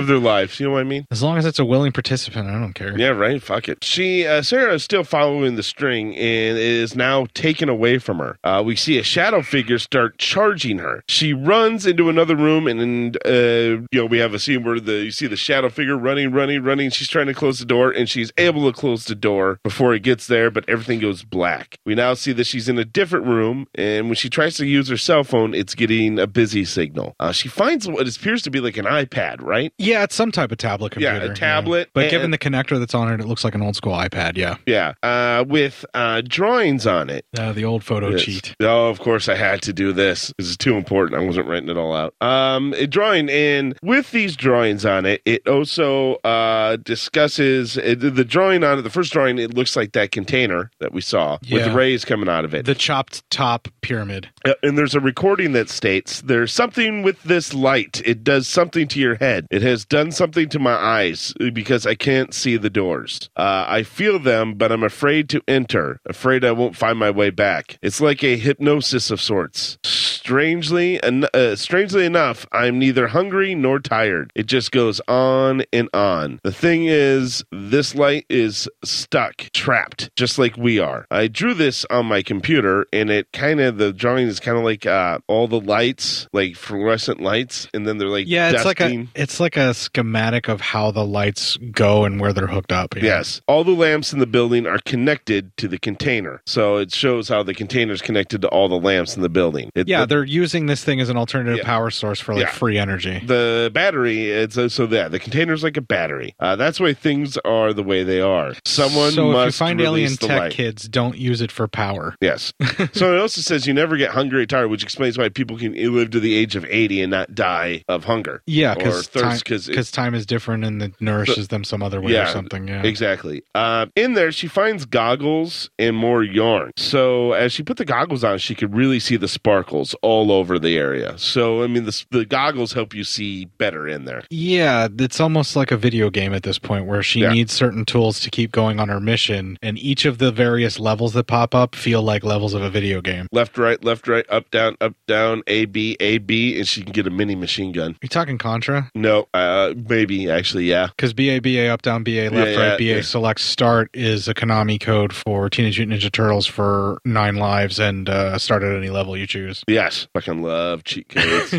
Speaker 7: their lives. You know what I mean?
Speaker 8: As long as it's a willing participant, I don't care.
Speaker 7: Yeah, right. Fuck it. She uh, Sarah is still following the string and is now taken away from her. Uh, we see a shadow figure start charging her. She runs into another room and, and uh, you know we have a scene where the you see the shadow figure running, running, running. She's trying to close the door and she's able to close the door before it gets there, but everything goes black. We now see that she's in a different room and when she tries to use her cell phone, it's getting a busy signal. Uh, she finds what appears to be like an iPad, right?
Speaker 8: Yeah, it's some type of tablet
Speaker 7: Yeah, a
Speaker 8: computer.
Speaker 7: tablet
Speaker 8: But
Speaker 7: and-
Speaker 8: given the connector that's on it, it looks like an old school iPad. Yeah.
Speaker 7: Yeah, uh, with uh, drawings on it.
Speaker 8: Uh, the old photo
Speaker 7: Yes.
Speaker 8: cheat.
Speaker 7: Oh, of course I had to do this. This is too important. I wasn't writing it all out. Um, a drawing, and with these drawings on it, it also uh, discusses uh, the- the drawing on it. The first drawing, it looks like that container that we saw with the
Speaker 8: Yeah.
Speaker 7: rays coming out of it.
Speaker 8: The chopped top pyramid.
Speaker 7: Uh, and there's a recording that states there's something with this light. It does something to your head. It has done something to my eyes because I can't see the doors. Uh, I feel them, but I'm afraid to enter. Afraid I won't find my way back. It's like a hypnosis of sorts. Strangely, en- uh, strangely enough, I'm neither hungry nor tired. It just goes on and on. The thing is, this light is stuck, trapped, just like we are. I drew this on my computer, and it kind of the drawing is kind of like uh, all the lights, like fluorescent lights, and then they're like
Speaker 8: Yeah, it's like
Speaker 7: dusting.
Speaker 8: a it's like a schematic of how the lights go and and where they're hooked up.
Speaker 7: Yes. All the lamps in the building are connected to the container. So it shows how the container is connected to all the lamps in the building. It-
Speaker 8: yeah,
Speaker 7: it-
Speaker 8: they're using this thing as an alternative power source for like
Speaker 7: Yeah.
Speaker 8: free energy.
Speaker 7: the battery, it's uh, so that the container's like a battery. Uh, that's why things are the way they are. Someone
Speaker 8: so
Speaker 7: must
Speaker 8: if you find
Speaker 7: release
Speaker 8: alien
Speaker 7: the
Speaker 8: tech
Speaker 7: light.
Speaker 8: kids, don't use it for power.
Speaker 7: Yes. so it also says you never get hungry or tired, which explains why people can live to the age of 80 and not die of hunger.
Speaker 8: Yeah,
Speaker 7: or
Speaker 8: because time,
Speaker 7: thirst because
Speaker 8: 'cause time is different and it nourishes them some other way or something. Yeah,
Speaker 7: exactly. Uh, in there, she finds goggles and more yarn. So as she put the goggles on, she could really see the sparkles all over the area. So I mean, the, s- the goggles help you see better in there.
Speaker 8: Yeah, it's almost like a video game at this point where she
Speaker 7: Yeah.
Speaker 8: needs certain tools to keep going on her mission, and each of the various levels that pop up feel like levels of a video game.
Speaker 7: Left, right, left, right, up, down, up, down, A, B, A, B, and she can get a mini machine gun.
Speaker 8: You talking Contra?
Speaker 7: No, uh, maybe actually, yeah.
Speaker 8: Because BA, BA, up, down, BA, left,
Speaker 7: Yeah,
Speaker 8: right, BA,
Speaker 7: yeah, yeah.
Speaker 8: select, start is a Konami code for Teenage Mutant Ninja Turtles for nine lives and uh, start at any level you choose.
Speaker 7: Yes, fucking love cheat codes.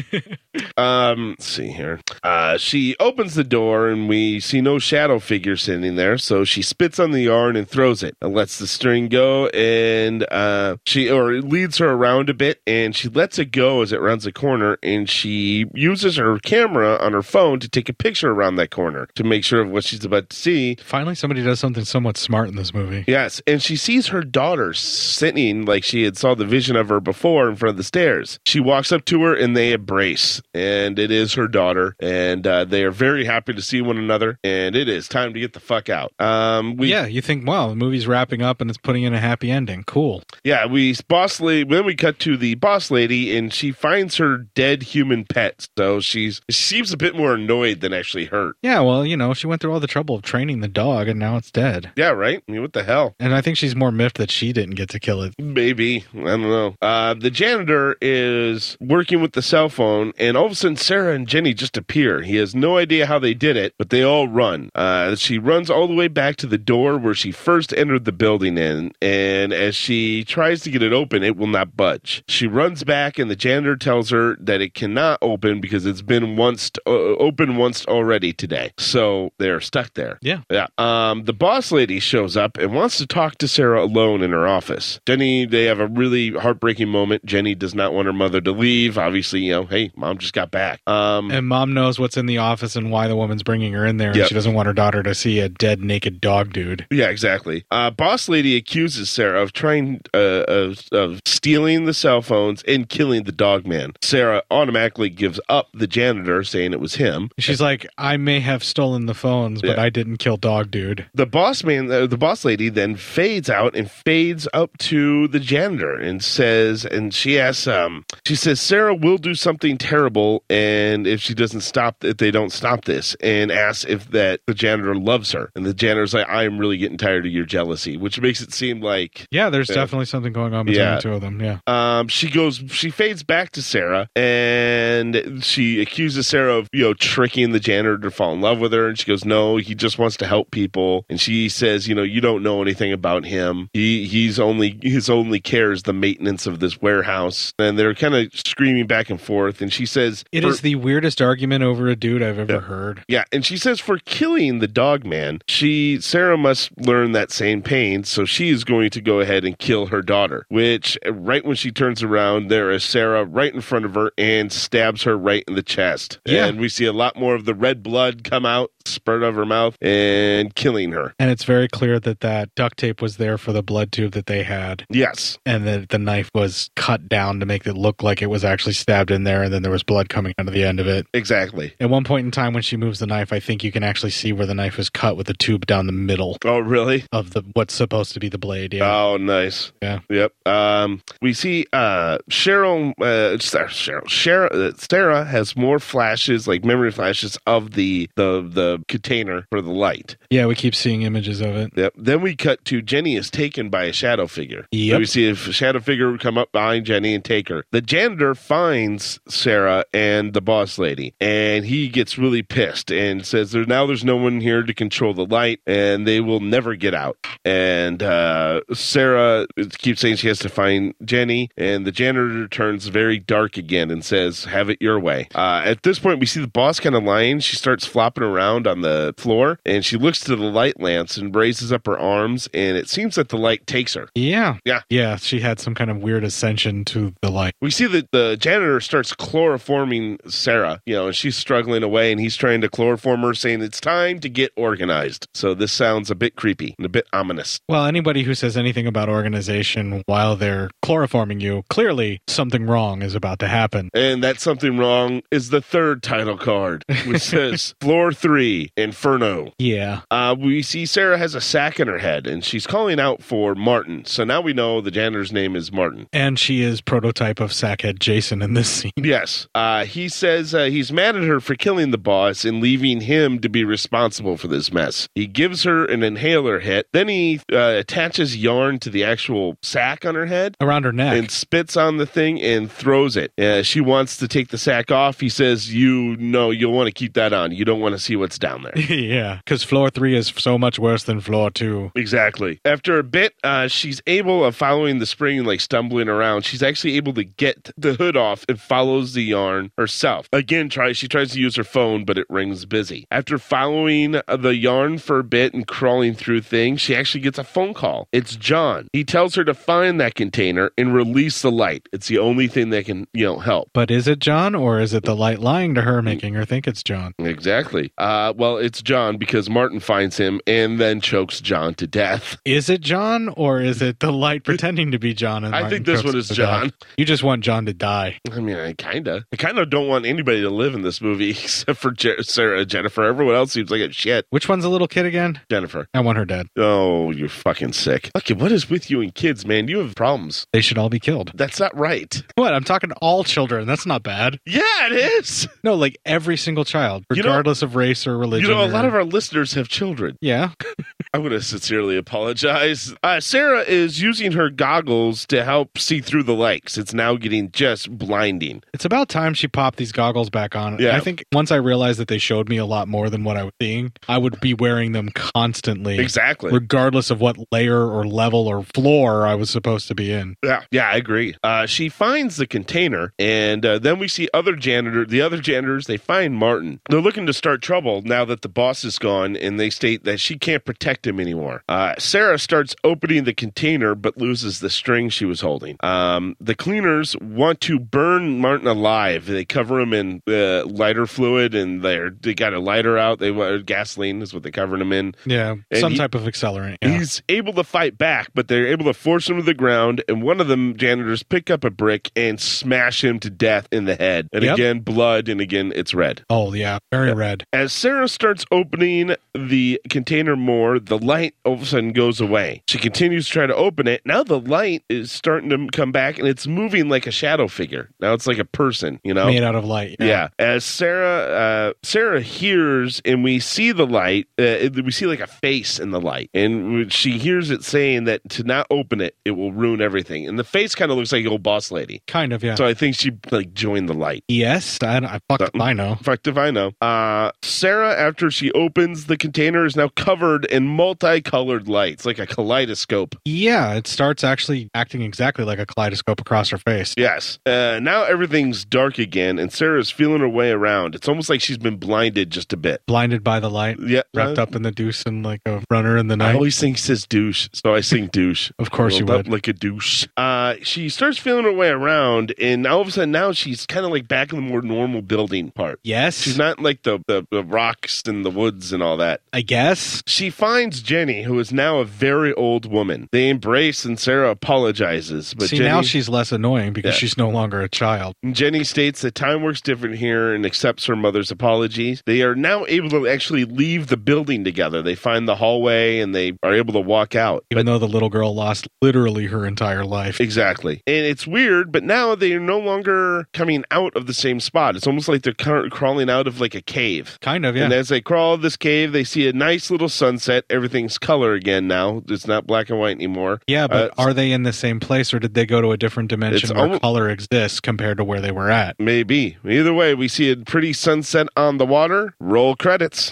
Speaker 7: um, let's see here. Uh, she opens the door and we see no shadow figure sitting there. So she spits on the yarn and throws it and lets the string go. And uh, she or it leads her around a bit and she lets it go as it rounds a corner. And she uses her camera on her phone to take a picture around that corner to make sure of what she's about to see.
Speaker 8: Finally, somebody does something somewhat smart in this movie.
Speaker 7: Yes, and she sees her daughter sitting like she had saw the vision of her before in front of the stairs. She walks up to her and they embrace, and it is her daughter, and uh, they are very happy to see one another. And it is time to get the fuck out. Um, we
Speaker 8: yeah, you think, wow, the movie's wrapping up and it's putting in a happy ending. Cool.
Speaker 7: yeah, we boss lady. Then we cut to the boss lady, and she finds her dead human pet. So she's she seems a bit more annoyed than actually hurt.
Speaker 8: Yeah, well, you know, she went through all the trouble of training the dog and now it's dead.
Speaker 7: Yeah, right. I mean, what the hell?
Speaker 8: And I think she's more miffed that she didn't get to kill it.
Speaker 7: Maybe. I don't know. Uh, the janitor is working with the cell phone, and all of a sudden, Sarah and Jenny just appear. He has no idea how they did it, but they all run. Uh, she runs all the way back to the door where she first entered the building in, and as she tries to get it open, it will not budge. She runs back, and the janitor tells her that it cannot open because it's been once uh, open once already today. So they're stuck there.
Speaker 8: Yeah.
Speaker 7: Yeah. Um, the boss lady shows up and wants to talk to Sarah alone in her office. Jenny, they have a really heartbreaking moment. Jenny does not want her mother to leave. Obviously, you know, hey, mom just got back. Um,
Speaker 8: And mom knows what's in the office and why the woman's bringing her in there. And
Speaker 7: Yep.
Speaker 8: she doesn't want her daughter to see a dead, naked dog dude.
Speaker 7: yeah, exactly. Uh, boss lady accuses Sarah of trying uh, of, of stealing the cell phones and killing the dog man. Sarah automatically gives up the janitor, saying it was him.
Speaker 8: She's like, I may have stolen the phones, but
Speaker 7: Yeah.
Speaker 8: I didn't kill dog dude.
Speaker 7: The boss man, uh, the boss lady, then fades out and fades up to the janitor and says, and she asks, um, she says, Sarah will do something terrible, and if she doesn't stop, if they don't stop this, and asks if that the janitor loves her, and the janitor's like, I am really getting tired of your jealousy, which makes it seem like,
Speaker 8: Yeah, there's
Speaker 7: Yeah.
Speaker 8: definitely something going on between
Speaker 7: Yeah.
Speaker 8: the two of them. Yeah.
Speaker 7: um, she goes, she fades back to Sarah, and she accuses Sarah of you know tricking the janitor to fall in love with her, and she goes, no, he just wants to help people, and she says, you know, you don't know anything about him. He he's only his only care is the maintenance of this warehouse, and they're kind of screaming back and forth, and she says,
Speaker 8: It is
Speaker 7: "For-
Speaker 8: the weirdest argument over a dude I've ever heard.
Speaker 7: yeah, and she says for killing the dog man, she Sarah must learn that same pain, so she is going to go ahead and kill her daughter. Which right when she turns around, there is Sarah right in front of her and stabs her right in the chest.
Speaker 8: Yeah.
Speaker 7: And we see a lot more of the red blood come out, spurt out of her mouth, and killing her.
Speaker 8: And it's very clear that that duct tape was there for the blood tube that they had.
Speaker 7: Yes.
Speaker 8: And that the knife was cut down to make it look like it was actually stabbed in there, and then there was blood coming out of the end of it.
Speaker 7: Exactly.
Speaker 8: At one point in time, when she moves the knife, I think you can actually see where the knife is cut with the tube down the middle
Speaker 7: Oh really?
Speaker 8: of the what's supposed to be the blade. Yeah,
Speaker 7: Oh, nice.
Speaker 8: Yeah.
Speaker 7: Yep. Um, we see uh, Cheryl, uh, Sarah, Cheryl, Cheryl, uh, Sarah has more flashes, like memory flashes of the the the container for the light.
Speaker 8: yeah. We keep seeing images of it.
Speaker 7: Yep. Then we cut to Jenny is taken by a shadow figure.
Speaker 8: Yep.
Speaker 7: So we see a f- shadow figure would come up behind Jenny and take her. The janitor finds Sarah and the boss lady, and he gets really pissed and says, "There now there's no one here to control the light, and they will never get out." And uh, Sarah keeps saying she has to find Jenny, and the janitor turns very dark again and says, "Have it your way." Uh, at this point, we see the boss kind of lying. She starts flopping around on the floor floor, and she looks to the light lamps and raises up her arms, and it seems that the light takes her.
Speaker 8: Yeah.
Speaker 7: Yeah.
Speaker 8: Yeah. She had some kind of weird ascension to the light.
Speaker 7: We see that the janitor starts chloroforming Sarah, you know, and she's struggling away and he's trying to chloroform her, saying it's time to get organized. So this sounds a bit creepy and a bit ominous.
Speaker 8: Well, anybody who says anything about organization while they're chloroforming you, clearly something wrong is about to happen.
Speaker 7: And that something wrong is the third title card, which says Floor 3, Inferno.
Speaker 8: Yeah.
Speaker 7: Uh, we see Sarah has a sack in her head and she's calling out for Martin. So now we know the janitor's name is Martin.
Speaker 8: And she is prototype of sackhead Jason in this scene.
Speaker 7: Yes. Uh, he says uh, he's mad at her for killing the boss and leaving him to be responsible for this mess. He gives her an inhaler hit. Then he uh, attaches yarn to the actual sack on her head
Speaker 8: around her neck
Speaker 7: and spits on the thing and throws it. Uh, she wants to take the sack off. He says, You know, you'll want to keep that on. You don't want to see what's down there.
Speaker 8: yeah. Because floor three is so much worse than floor two.
Speaker 7: Exactly. After a bit, uh, she's able of following the spring, like stumbling around. She's actually able to get the hood off and follows the yarn herself. Again, try she tries to use her phone, but it rings busy. After following uh, the yarn for a bit and crawling through things, she actually gets a phone call. It's John. He tells her to find that container and release the light. It's the only thing that can you know help.
Speaker 8: But is it John or is it the light lying to her, making her think it's John?
Speaker 7: Exactly. Uh, well, it's John because Martin finds him and then chokes John to death.
Speaker 8: Is it John or is it the light pretending to be John? And
Speaker 7: I
Speaker 8: Martin
Speaker 7: think this
Speaker 8: Cook's
Speaker 7: one is
Speaker 8: the guy?
Speaker 7: John.
Speaker 8: You just want John to die.
Speaker 7: I mean, I kinda. I kind of don't want anybody to live in this movie except for Je- Sarah and Jennifer. Everyone else seems like a shit.
Speaker 8: Which one's a little kid again?
Speaker 7: Jennifer.
Speaker 8: I want her dead.
Speaker 7: Oh, you're fucking sick. Lucky, what is with you and kids, man? You have problems.
Speaker 8: They should all be killed.
Speaker 7: That's not right.
Speaker 8: What? I'm talking to all children. That's not bad.
Speaker 7: Yeah, it is.
Speaker 8: No, like every single child,
Speaker 7: You know-
Speaker 8: regardless of race or religion.
Speaker 7: You know, a
Speaker 8: or-
Speaker 7: lot of our listeners have children.
Speaker 8: Yeah.
Speaker 7: I want to sincerely apologize. Uh, Sarah is using her goggles to help see through the lights. It's now getting just blinding.
Speaker 8: It's about time she popped these goggles back on.
Speaker 7: Yeah.
Speaker 8: I think once I realized that they showed me a lot more than what I was seeing, I would be wearing them constantly.
Speaker 7: Exactly.
Speaker 8: Regardless of what layer or level or floor I was supposed to be in.
Speaker 7: Yeah, yeah, I agree. Uh, she finds the container, and uh, then we see other janitor. The other janitors they find Martin. They're looking to start trouble now that the boss is gone, and they state that she can't protect him anymore. Uh, Sarah starts opening the container, but loses the string she was holding. Um, the cleaners want to burn Martin alive. They cover him in uh, lighter fluid, and they're they got a lighter out. They wa- gasoline is what they covered him in.
Speaker 8: Yeah.
Speaker 7: And
Speaker 8: some
Speaker 7: he-
Speaker 8: type of accelerant. Yeah.
Speaker 7: He's able to fight back, but they're able to force him to the ground. And one of the janitors pick up a brick and smash him to death in the head. And
Speaker 8: Yep.
Speaker 7: again, blood, and again, it's red.
Speaker 8: Oh, yeah. Very red.
Speaker 7: As Sarah starts opening the container more, the light all of a sudden goes away. She continues to try to open it. Now the light is starting to come back, and it's moving like a shadow figure. Now it's like a person, you know,
Speaker 8: Made out of light.
Speaker 7: yeah. As Sarah uh, Sarah hears and we see the light, uh, it- we see like a face in the light, and we- she hears it saying that to not open it, it will ruin everything. And the face kind of looks like old boss lady.
Speaker 8: Kind of, yeah.
Speaker 7: So I think she like joined the light.
Speaker 8: yes. I, I fucked I know.
Speaker 7: Fucked if I know. Uh, Sarah, after she opens the container, is now covered in multicolored lights, like a kaleidoscope.
Speaker 8: Yeah. It starts actually acting exactly like a kaleidoscope across her face.
Speaker 7: Yes. Uh, now everything's dark again, and Sarah's feeling her way around. It's almost like she's been blinded just a bit.
Speaker 8: Blinded by the light.
Speaker 7: Yeah.
Speaker 8: Wrapped up in the deuce and like a runner in the
Speaker 7: I
Speaker 8: night.
Speaker 7: always think says douche, so I sing douche.
Speaker 8: Of course you
Speaker 7: Rolled up
Speaker 8: would.
Speaker 7: like a douche. Uh, she starts feeling her way around, and all of a sudden now she's kind of like back in the more normal building part.
Speaker 8: Yes,
Speaker 7: she's not like the, the the rocks and the woods and all that.
Speaker 8: I guess
Speaker 7: she finds Jenny, who is now a very old woman. They embrace, and Sarah apologizes, but
Speaker 8: See,
Speaker 7: Jenny,
Speaker 8: now she's less annoying because
Speaker 7: Yeah.
Speaker 8: she's no longer a child.
Speaker 7: Jenny states that time works different here and accepts her mother's apologies. They are now able to actually leave the building together. They find the hallway and they are able to walk out.
Speaker 8: Even though the little girl lost literally her entire life.
Speaker 7: Exactly. And it's weird, but now they're no longer coming out of the same spot. It's almost like they're cur- crawling out of like a cave.
Speaker 8: Kind of, yeah.
Speaker 7: And as they crawl this cave, they see a nice little sunset. Everything's color again now. It's not black and white anymore.
Speaker 8: Yeah, but
Speaker 7: Uh,
Speaker 8: are they in the same place or did they go to a different dimension
Speaker 7: It's
Speaker 8: where
Speaker 7: almo-
Speaker 8: color exists compared to where they were at?
Speaker 7: maybe. Either way, we see a pretty sunset on the water. Roll credits.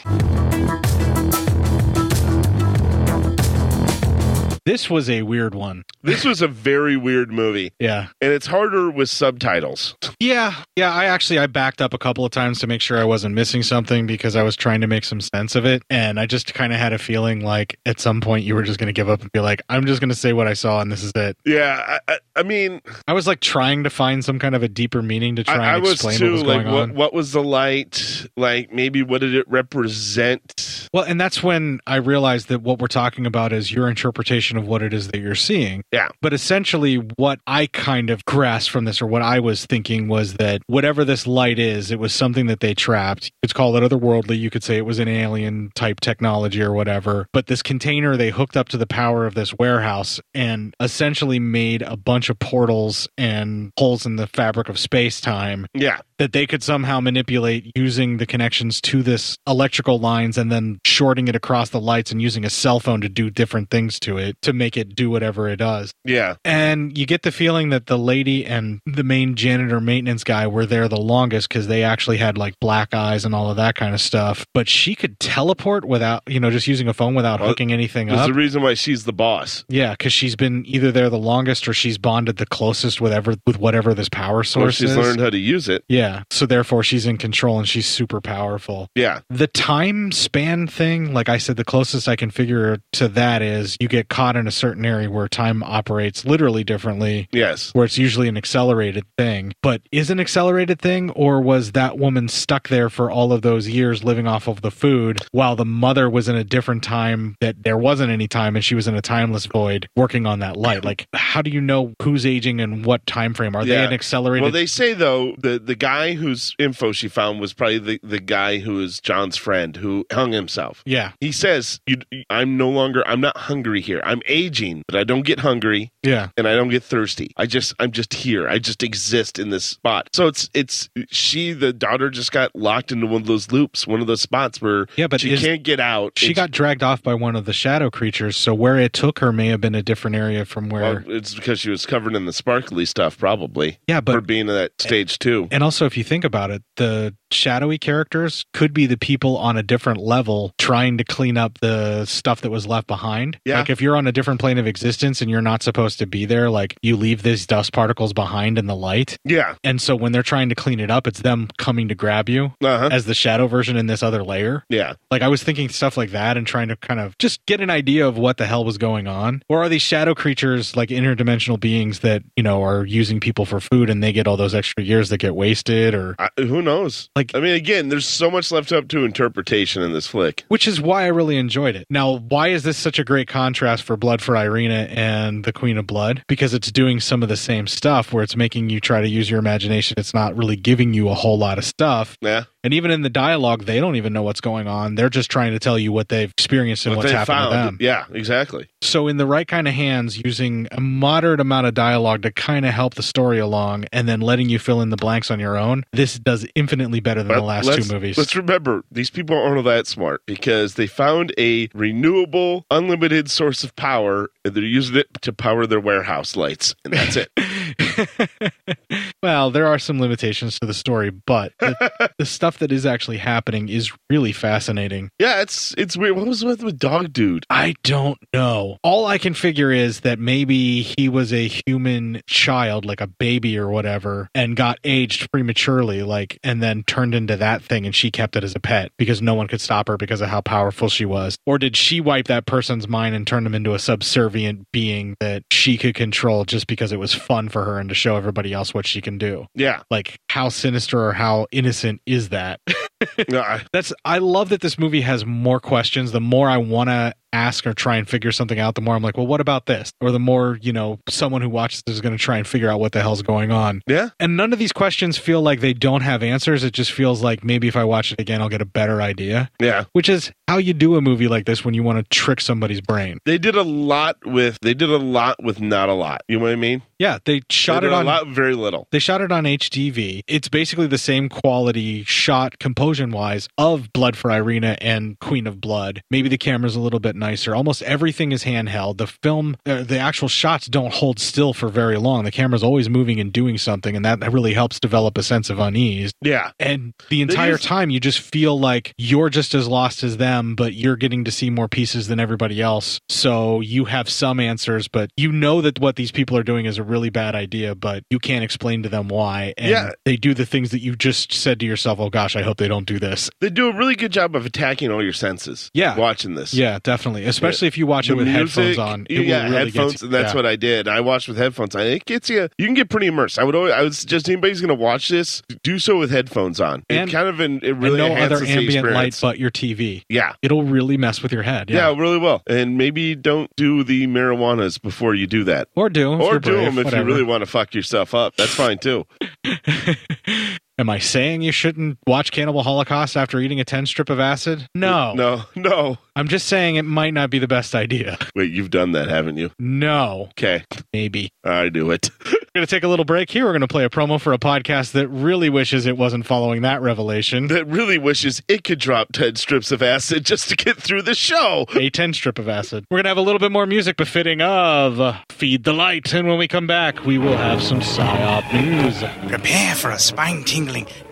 Speaker 8: This was a weird one.
Speaker 7: This was a very weird movie.
Speaker 8: Yeah.
Speaker 7: And it's harder with subtitles.
Speaker 8: Yeah, yeah. I actually I backed up a couple of times to make sure I wasn't missing something because I was trying to make some sense of it, and I just kind of had a feeling like at some point you were just going to give up and be like, I'm just going to say what I saw and this is it.
Speaker 7: Yeah, I, I, I mean,
Speaker 8: I was like trying to find some kind of a deeper meaning to try and
Speaker 7: I, I was
Speaker 8: explain what
Speaker 7: too.
Speaker 8: was
Speaker 7: Like,
Speaker 8: going
Speaker 7: what,
Speaker 8: on.
Speaker 7: what was the light? Like, maybe what did it represent?
Speaker 8: Well, and that's when I realized that what we're talking about is your interpretation of what it is that you're seeing.
Speaker 7: Yeah.
Speaker 8: But essentially, what I kind of grasped from this, or what I was thinking, was that whatever this light is, it was something that they trapped. You could call it otherworldly. You could say it was an alien type technology or whatever. But this container they hooked up to the power of this warehouse and essentially made a bunch of portals and holes in the fabric of space time
Speaker 7: Yeah.
Speaker 8: that they could somehow manipulate using the connections to this electrical lines and then shorting it across the lights and using a cell phone to do different things to it to make it do whatever it does.
Speaker 7: Yeah.
Speaker 8: And you get the feeling that the lady and the main janitor maintenance guy were there the longest because they actually had like black eyes and all of that kind of stuff. But she could teleport without, you know, just using a phone without hooking anything
Speaker 7: That's
Speaker 8: up.
Speaker 7: the reason why she's the boss.
Speaker 8: yeah, because she's been either there the longest or she's bonded the closest with ever with whatever this power
Speaker 7: Or
Speaker 8: source
Speaker 7: Oh, she's
Speaker 8: is.
Speaker 7: learned how to use it.
Speaker 8: Yeah. So therefore, she's in control and she's super powerful.
Speaker 7: Yeah.
Speaker 8: The time span thing, like I said, the closest I can figure to that is you get caught in a certain area where time operates literally differently.
Speaker 7: Yes.
Speaker 8: Where it's usually an accelerated thing, but is an accelerated thing, or was that woman stuck there for all of those years living off of the food while the mother was in a different time that there wasn't any time and she was in a timeless void working on that light? Like, how do you know who's aging and what time frame? Are they
Speaker 7: Yeah.
Speaker 8: an accelerated?
Speaker 7: Well, they say though the the guy whose info she found was probably the, the guy who is John's friend who hung himself.
Speaker 8: Yeah.
Speaker 7: He says, you, "I'm no longer. I'm not hungry here. I'm aging, but I don't get hungry.
Speaker 8: Yeah.
Speaker 7: and I don't get thirsty. I just, I'm just here. I just exist in this spot. So it's, it's she, the daughter, just got locked into one of those loops, one of those spots where
Speaker 8: Yeah, but
Speaker 7: she
Speaker 8: is-
Speaker 7: can't get out.
Speaker 8: she
Speaker 7: It's-
Speaker 8: got dragged off by one of the shadow creatures so where it took her may have been a different area from where
Speaker 7: Well, it's because she was covered in the sparkly stuff, probably.
Speaker 8: Yeah, but-
Speaker 7: for being in that stage too.
Speaker 8: and also if you think about it the shadowy characters could be the people on a different level trying to clean up the stuff that was left behind
Speaker 7: Yeah.
Speaker 8: like if you're on a different plane of existence and you're not supposed to be there like you leave these dust particles behind in the light
Speaker 7: Yeah.
Speaker 8: and so when they're trying to clean it up it's them coming to grab you
Speaker 7: Uh-huh.
Speaker 8: as the shadow version in this other layer
Speaker 7: Yeah.
Speaker 8: Like I was thinking stuff like that and trying to kind of just get an idea of what the hell was going on. Or are these shadow creatures like interdimensional beings that, you know, are using people for food and they get all those extra years that get wasted or
Speaker 7: I, who knows?
Speaker 8: Like,
Speaker 7: I mean, again, there's so much left up to interpretation in this flick.
Speaker 8: which is why I really enjoyed it. Now, why is this such a great contrast for Blood for Irina and The Queen of Blood? Because it's doing some of the same stuff where it's making you try to use your imagination. It's not really giving you a whole lot of stuff.
Speaker 7: Yeah.
Speaker 8: And even in the dialogue, they don't even know what's going on. They're just trying to tell you what they've experienced and
Speaker 7: What
Speaker 8: what's
Speaker 7: they
Speaker 8: happened to them.
Speaker 7: Yeah, exactly.
Speaker 8: So, in the right kind of hands, using a moderate amount of dialogue to kind of help the story along and then letting you fill in the blanks on your own, this does infinitely better than
Speaker 7: But
Speaker 8: the last
Speaker 7: let's-
Speaker 8: two movies.
Speaker 7: Let's remember, these people aren't all that smart because they found a renewable, unlimited source of power and they're using it to power their warehouse lights. And that's it.
Speaker 8: Well, there are some limitations to the story, but the, the stuff that is actually happening is really fascinating.
Speaker 7: yeah, it's it's weird. What was with, with Dog Dude?
Speaker 8: I don't know. All I can figure is that maybe he was a human child, like a baby or whatever, and got aged prematurely, like, and then turned into that thing, and she kept it as a pet because no one could stop her because of how powerful she was. Or did she wipe that person's mind and turn him into a subservient being that she could control just because it was fun for her and to show everybody else what she can do?
Speaker 7: Yeah.
Speaker 8: Like, how sinister or how innocent is that? That's I love that this movie has more questions. The more I want to ask or try and figure something out, the more I'm like, well, what about this? Or the more you know, someone who watches this is going to try and figure out what the hell's going on.
Speaker 7: Yeah.
Speaker 8: And none of these questions feel like they don't have answers. It just feels like maybe if I watch it again, I'll get a better idea.
Speaker 7: Yeah.
Speaker 8: Which is how you do a movie like this when you want to trick somebody's brain.
Speaker 7: They did a lot with they did a lot with not a lot. You know what I mean?
Speaker 8: Yeah, they shot
Speaker 7: They
Speaker 8: it
Speaker 7: did
Speaker 8: on
Speaker 7: a lot, very little.
Speaker 8: They shot it on HDV. It's basically the same quality shot, composition wise, of Blood for Irina and Queen of Blood. Maybe the camera's a little bit nicer. Almost everything is handheld. The film, uh, the actual shots don't hold still for very long. The camera's always moving and doing something, and that really helps develop a sense of unease.
Speaker 7: Yeah.
Speaker 8: And the entire time, you just feel like you're just as lost as them, but you're getting to see more pieces than everybody else. So you have some answers, but you know that what these people are doing is a really bad idea, but you can't explain to them why. And
Speaker 7: Yeah.
Speaker 8: they do the things that you just said to yourself, oh gosh, I hope they don't do this.
Speaker 7: They do a really good job of attacking all your senses.
Speaker 8: Yeah.
Speaker 7: Watching this.
Speaker 8: Yeah, definitely. Especially if you watch it
Speaker 7: The
Speaker 8: with headphones
Speaker 7: music,
Speaker 8: on. It will
Speaker 7: Yeah,
Speaker 8: really get
Speaker 7: headphones.
Speaker 8: you-
Speaker 7: and that's
Speaker 8: yeah.
Speaker 7: what I did. I watched with headphones on. It gets you. You can get pretty immersed. I would. Always, I would suggest anybody's going to watch this, do so with headphones on.
Speaker 8: And-
Speaker 7: it kind of an, it really
Speaker 8: and no other
Speaker 7: enhances the
Speaker 8: ambient light
Speaker 7: experience.
Speaker 8: but your TV.
Speaker 7: Yeah.
Speaker 8: It'll really mess with your head.
Speaker 7: Yeah. really well. And maybe don't do the marijuanas before you do that.
Speaker 8: Or do 'em if
Speaker 7: Or
Speaker 8: you're
Speaker 7: do
Speaker 8: brave,
Speaker 7: them if
Speaker 8: whatever.
Speaker 7: you really want to fuck yourself up. That's fine too.
Speaker 8: Am I saying you shouldn't watch Cannibal Holocaust after eating a 10 strip of acid? No.
Speaker 7: No, no.
Speaker 8: I'm just saying it might not be the best idea.
Speaker 7: Wait, you've done that, haven't you?
Speaker 8: No.
Speaker 7: Okay.
Speaker 8: Maybe.
Speaker 7: I do it.
Speaker 8: We're going to take a little break here. We're going to play a promo for a podcast that really wishes it wasn't following that revelation.
Speaker 7: That really wishes it could drop 10 strips of acid just to get through the show.
Speaker 8: A 10 strip of acid. We're going to have a little bit more music befitting of uh, Feed the Light. And when we come back, we will have some PSYOP news.
Speaker 12: Prepare for a spine tingling,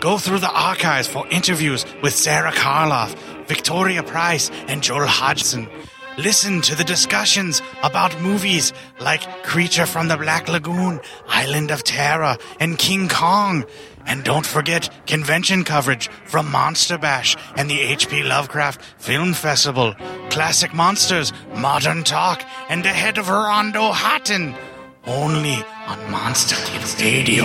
Speaker 12: Go through the archives for interviews with Sarah Karloff, Victoria Price, and Joel Hodgson. Listen to the discussions about movies like Creature from the Black Lagoon, Island of Terror, and King Kong. And don't forget convention coverage from Monster Bash and the H.P. Lovecraft Film Festival, Classic Monsters, Modern Talk, and ahead of Rondo Houghton. Only on Monster Kids Radio.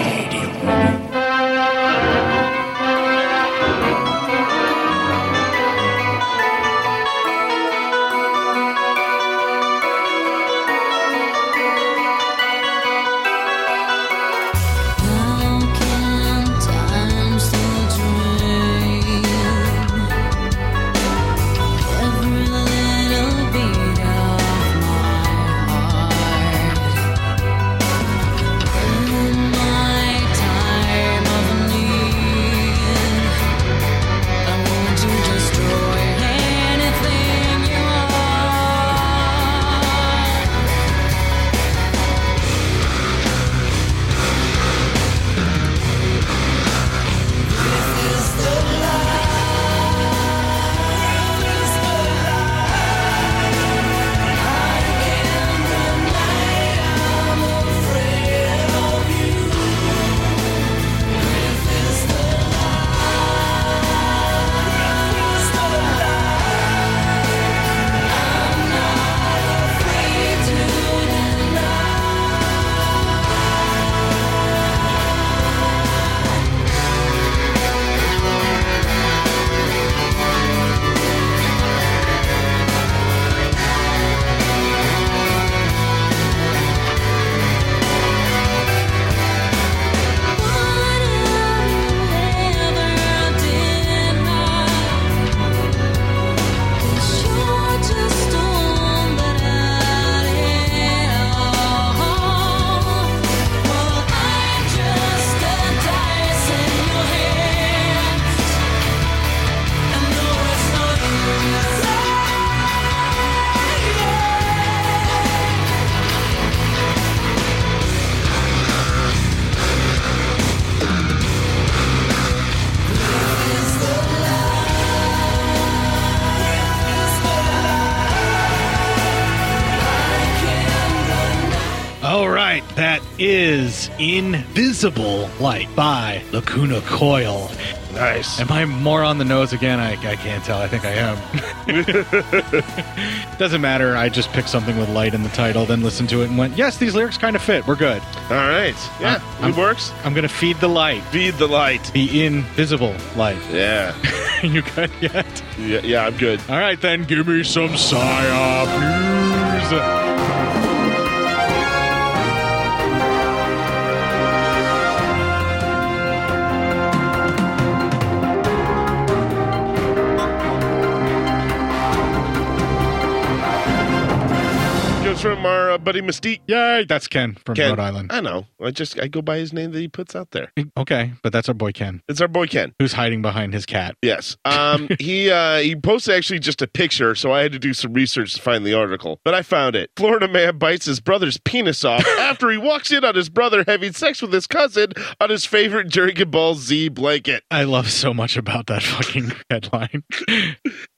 Speaker 5: Destroy anything you are.
Speaker 8: All right, that is Invisible Light by Lacuna Coil.
Speaker 7: Nice.
Speaker 8: Am I more on the nose again? I, I can't tell. I think I am. Doesn't matter. I just picked something with light in the title, then listened to it and went, yes, these lyrics kind of fit. We're good.
Speaker 7: All right. Yeah, it works.
Speaker 8: Uh, I'm going to feed the light.
Speaker 7: Feed the light.
Speaker 8: The invisible light.
Speaker 7: Yeah.
Speaker 8: you good yet?
Speaker 7: Yeah, yeah, I'm good.
Speaker 8: All right, then, give me some PSYOP news.
Speaker 7: from our uh, buddy Mystique.
Speaker 8: Yay! That's Ken from
Speaker 7: Ken.
Speaker 8: Rhode Island.
Speaker 7: I know. I just I go by his name that he puts out there.
Speaker 8: Okay, but that's our boy Ken.
Speaker 7: It's our boy Ken,
Speaker 8: who's hiding behind his cat.
Speaker 7: Yes. Um, he uh, he posted actually just a picture, so I had to do some research to find the article. But I found it. Florida man bites his brother's penis off after he walks in on his brother having sex with his cousin on his favorite Dragon Ball Z blanket.
Speaker 8: I love so much about that fucking headline.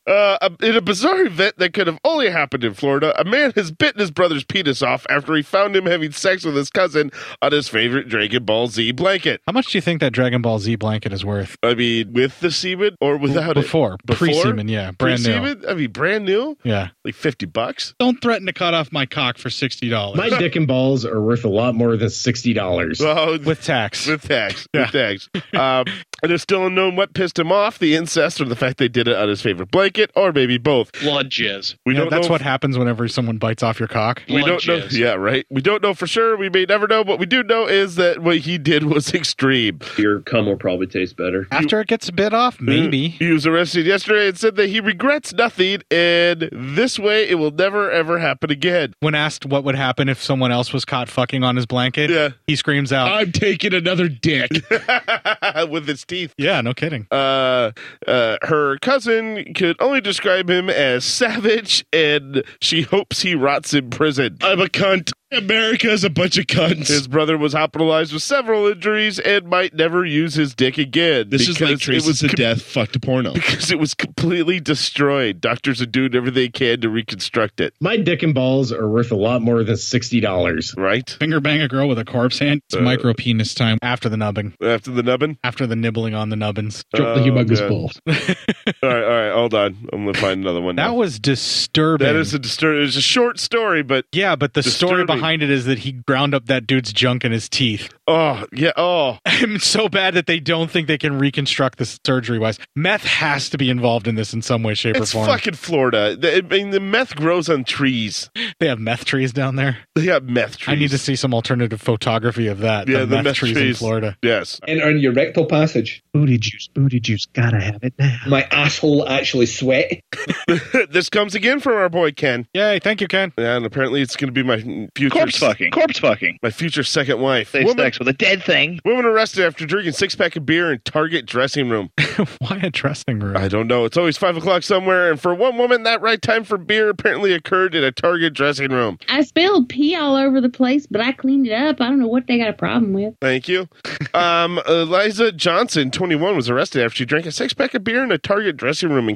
Speaker 7: Uh, in a bizarre event that could have only happened in Florida, a man has bitten his brother's penis off after he found him having sex with his cousin on his favorite Dragon Ball Z blanket.
Speaker 8: How much do you think that Dragon Ball Z blanket is worth?
Speaker 7: I mean, with the semen or without
Speaker 8: Before.
Speaker 7: it? Before,
Speaker 8: Pre-semen, yeah. Brand new.
Speaker 7: Pre-semen? I mean, brand new.
Speaker 8: Yeah.
Speaker 7: like fifty bucks.
Speaker 8: Don't threaten to cut off my cock for sixty dollars.
Speaker 2: My dick and balls are worth a lot more than sixty dollars.
Speaker 7: Well,
Speaker 8: with tax,
Speaker 7: with tax, with tax. Um, and there's still unknown what pissed him off: the incest or the fact they did it on his favorite blanket, or maybe both.
Speaker 14: Blood jizz.
Speaker 7: We
Speaker 8: Yeah,
Speaker 7: don't
Speaker 8: that's
Speaker 7: know
Speaker 8: what happens whenever someone bites off your cock.
Speaker 7: We don't know. Yeah, right. We don't know for sure. We may never know. What we do know is that what he did was extreme.
Speaker 15: Your cum will probably taste better.
Speaker 8: After it gets bit
Speaker 7: Hmm?
Speaker 8: off, maybe.
Speaker 7: He was arrested yesterday and said that he regrets nothing, and this way it will never ever happen again.
Speaker 8: When asked what would happen if someone else was caught fucking on his blanket, yeah. he screams out,
Speaker 2: "I'm taking another dick."
Speaker 7: With his teeth.
Speaker 8: Yeah, no kidding.
Speaker 7: Uh, uh, her cousin could only describe him as savage, and she hopes he rots in prison. I'm a cunt.
Speaker 2: America is a bunch of cunts.
Speaker 7: His brother was hospitalized with several injuries and might never use his dick again.
Speaker 2: This is
Speaker 7: because
Speaker 2: like Traces to
Speaker 7: com-
Speaker 2: Death fucked a porno.
Speaker 7: Because it was completely destroyed. Doctors are doing everything they can to reconstruct it.
Speaker 2: My dick and balls are worth a lot more than sixty dollars.
Speaker 7: Right?
Speaker 8: Finger bang a girl with a corpse hand.
Speaker 7: Uh,
Speaker 8: It's micro penis time after the nubbing.
Speaker 7: After the nubbing?
Speaker 8: After the nibbling on the nubbins.
Speaker 7: Drop the Oh, humongous God. balls. all right, all right, hold on. I'm gonna find another one.
Speaker 8: That
Speaker 7: now.
Speaker 8: was disturbing.
Speaker 7: that is a disturbing. It's a short story, but
Speaker 8: yeah, but the story
Speaker 7: disturbing.
Speaker 8: behind it is that he ground up that dude's junk in his teeth.
Speaker 7: Oh, yeah. Oh.
Speaker 8: I'm so bad that they don't think they can reconstruct this surgery wise. Meth has to be involved in this in some way, shape,
Speaker 7: It's
Speaker 8: or form.
Speaker 7: fucking Florida. The- I mean, the meth grows on trees.
Speaker 8: They have meth trees down there.
Speaker 7: They have meth
Speaker 8: I need to see some alternative photography of that. the, meth, trees, in Florida.
Speaker 7: Yes.
Speaker 15: And on your rectal passage.
Speaker 2: Booty juice, booty juice, gotta have it now.
Speaker 15: My asshole actually sweat.
Speaker 7: this comes again from our boy Ken.
Speaker 8: Yay! Thank you, Ken.
Speaker 7: And apparently, it's going to be my future
Speaker 5: Corpse fucking. Corpse fucking.
Speaker 7: My future second wife.
Speaker 5: They sex with a dead thing.
Speaker 7: Woman arrested after drinking six pack of beer in Target dressing room.
Speaker 8: Why a dressing room?
Speaker 7: I don't know. It's always five o'clock somewhere, and for one woman, that right time for beer apparently occurred in a Target dressing room.
Speaker 16: I spilled pee all over the place, but I cleaned it up. I don't know what they got a problem with.
Speaker 7: Thank you. Um, Eliza Johnson, 21, was arrested after she drank a six pack of beer in a Target dressing room in
Speaker 2: You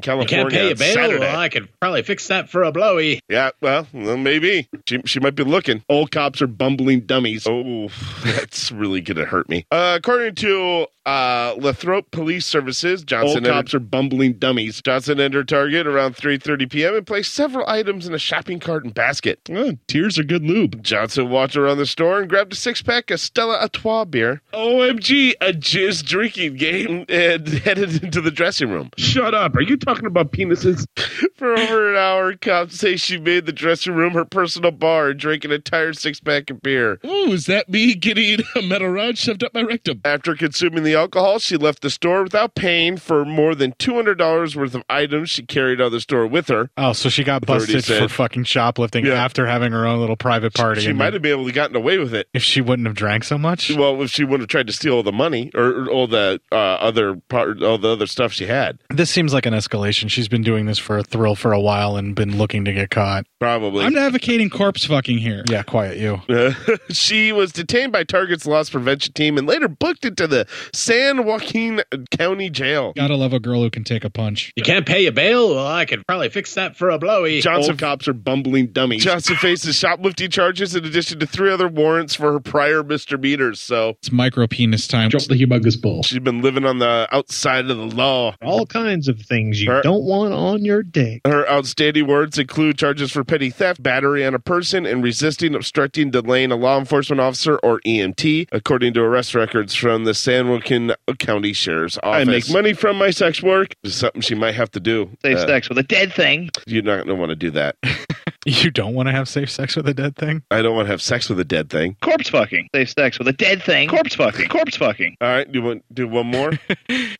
Speaker 2: can't
Speaker 7: California.
Speaker 2: pay a
Speaker 7: on
Speaker 2: bail.
Speaker 7: Saturday.
Speaker 2: Well, I could probably fix that for a blowy.
Speaker 7: Yeah, well, well, maybe she she might be looking. Old cops are bumbling dummies. Oh, that's really gonna hurt me. Uh, according to uh, Lathrop Police Services, Johnson
Speaker 2: Old cops
Speaker 7: are bumbling dummies. Johnson entered Target around 3:30 p.m. and placed several items in a shopping cart and basket.
Speaker 2: tears are good lube.
Speaker 7: Johnson walked around the store and grabbed a six pack of Stella Artois beer. OMG, a jizz drinking game, and headed into the dressing room.
Speaker 2: Shut up. Are you talking about penises?
Speaker 7: For over an hour, cops say she made the dressing room her personal bar and drank an entire six pack of beer.
Speaker 2: Ooh, is that me getting a metal rod shoved up my rectum?
Speaker 7: After consuming the alcohol, she left the store without paying for more than $200 worth of items she carried out of the store with her.
Speaker 8: Oh, so she got
Speaker 7: Authorities
Speaker 8: busted for
Speaker 7: said-
Speaker 8: fucking shoplifting after having her own little private party.
Speaker 7: She
Speaker 8: I mean,
Speaker 7: might have been able to gotten away with it.
Speaker 8: if she wouldn't have drank so much.
Speaker 7: Well, if she would have tried to steal all the money or, or all the uh, other part, all the other stuff she had,
Speaker 8: This seems like an escalation. She's been doing this for a thrill for a while and been looking to get caught.
Speaker 7: probably.
Speaker 8: advocating corpse fucking here. Yeah, quiet you.
Speaker 7: she was detained by Target's loss prevention team and later booked into the San Joaquin County Jail.
Speaker 8: Gotta love a girl who can take a punch.
Speaker 2: You can't pay a bail. Well, I could probably fix that for a blowy.
Speaker 7: Johnson-
Speaker 2: Old cops are bumbling dummies.
Speaker 7: Johnson faces shoplifting charges in addition to three other warrants for her prior misdemeanors. So
Speaker 8: It's micro penis time. Drop the humongous ball.
Speaker 7: she's been living on the outside of the law.
Speaker 17: All kinds of things you don't want on your dick.
Speaker 7: Her outstanding words include charges for petty theft, battery on a person, and resisting, obstructing, delaying a law enforcement officer or EMT, according to arrest records from the San Joaquin County Sheriff's Office.
Speaker 5: I make
Speaker 7: money from my sex work. Something she might have to do.
Speaker 5: They
Speaker 7: Uh,
Speaker 5: sex with a dead thing.
Speaker 7: You're not going to want to do that.
Speaker 18: You don't want to have safe sex with a dead thing?
Speaker 7: I don't want to have sex with a dead thing.
Speaker 19: Corpse fucking. Safe sex with a dead thing. Corpse fucking. Corpse fucking.
Speaker 7: All right, do you want do one more?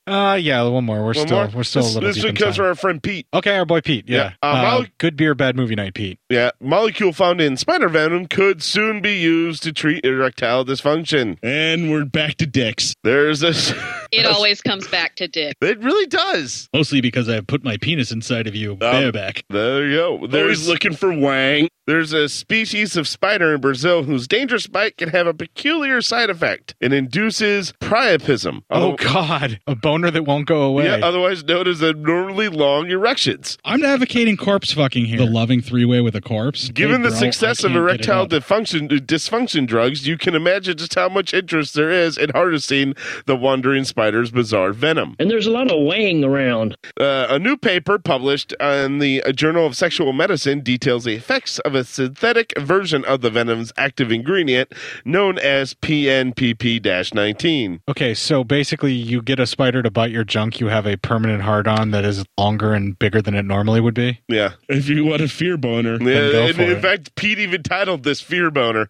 Speaker 18: Uh yeah, one more. We're
Speaker 7: One
Speaker 18: still
Speaker 7: more?
Speaker 18: we're still
Speaker 7: This-
Speaker 18: a little
Speaker 7: this
Speaker 18: deep
Speaker 7: one
Speaker 18: in
Speaker 7: comes
Speaker 18: time.
Speaker 7: from our friend Pete.
Speaker 18: Okay, our boy Pete. Yeah.
Speaker 7: Yeah, uh,
Speaker 18: Uh,
Speaker 7: Molly-
Speaker 18: good beer, bad movie night, Pete.
Speaker 7: Yeah, molecule found in spider venom could soon be used to treat erectile dysfunction.
Speaker 20: And we're back to dicks.
Speaker 7: There's this.
Speaker 21: It always comes back to dick.
Speaker 7: It really does.
Speaker 8: Mostly because I've put my penis inside of you,
Speaker 7: Um,
Speaker 8: bareback.
Speaker 7: There you go. There's
Speaker 8: Always
Speaker 7: looking for Wang. There's a species of spider in Brazil whose dangerous bite can have a peculiar side effect. It induces priapism.
Speaker 18: Oh God, a boner that won't go away.
Speaker 7: Yeah, uh, otherwise known as abnormally long erections.
Speaker 8: I'm advocating corpse fucking here. The loving three way with a corpse. Hey,
Speaker 7: Given the
Speaker 8: girl,
Speaker 7: success
Speaker 8: I can't
Speaker 7: of
Speaker 8: get it
Speaker 7: erectile
Speaker 8: up.
Speaker 7: dysfunction, dysfunction drugs, you can imagine just how much interest there is in harnessing the wandering spider's bizarre venom.
Speaker 22: And there's a lot of weighing around.
Speaker 7: Uh, a new paper published in the Journal of Sexual Medicine details the effects of a synthetic version of the venom's active ingredient known as PNPP 19.
Speaker 18: Okay, so basically, you get a spider to bite your junk. You have a permanent hard on that is longer and bigger than it normally would be.
Speaker 7: Yeah.
Speaker 20: If you want a fear boner,
Speaker 7: Yeah,
Speaker 18: go
Speaker 7: in,
Speaker 18: for
Speaker 7: in
Speaker 18: it.
Speaker 7: fact, Pete even titled this fear boner.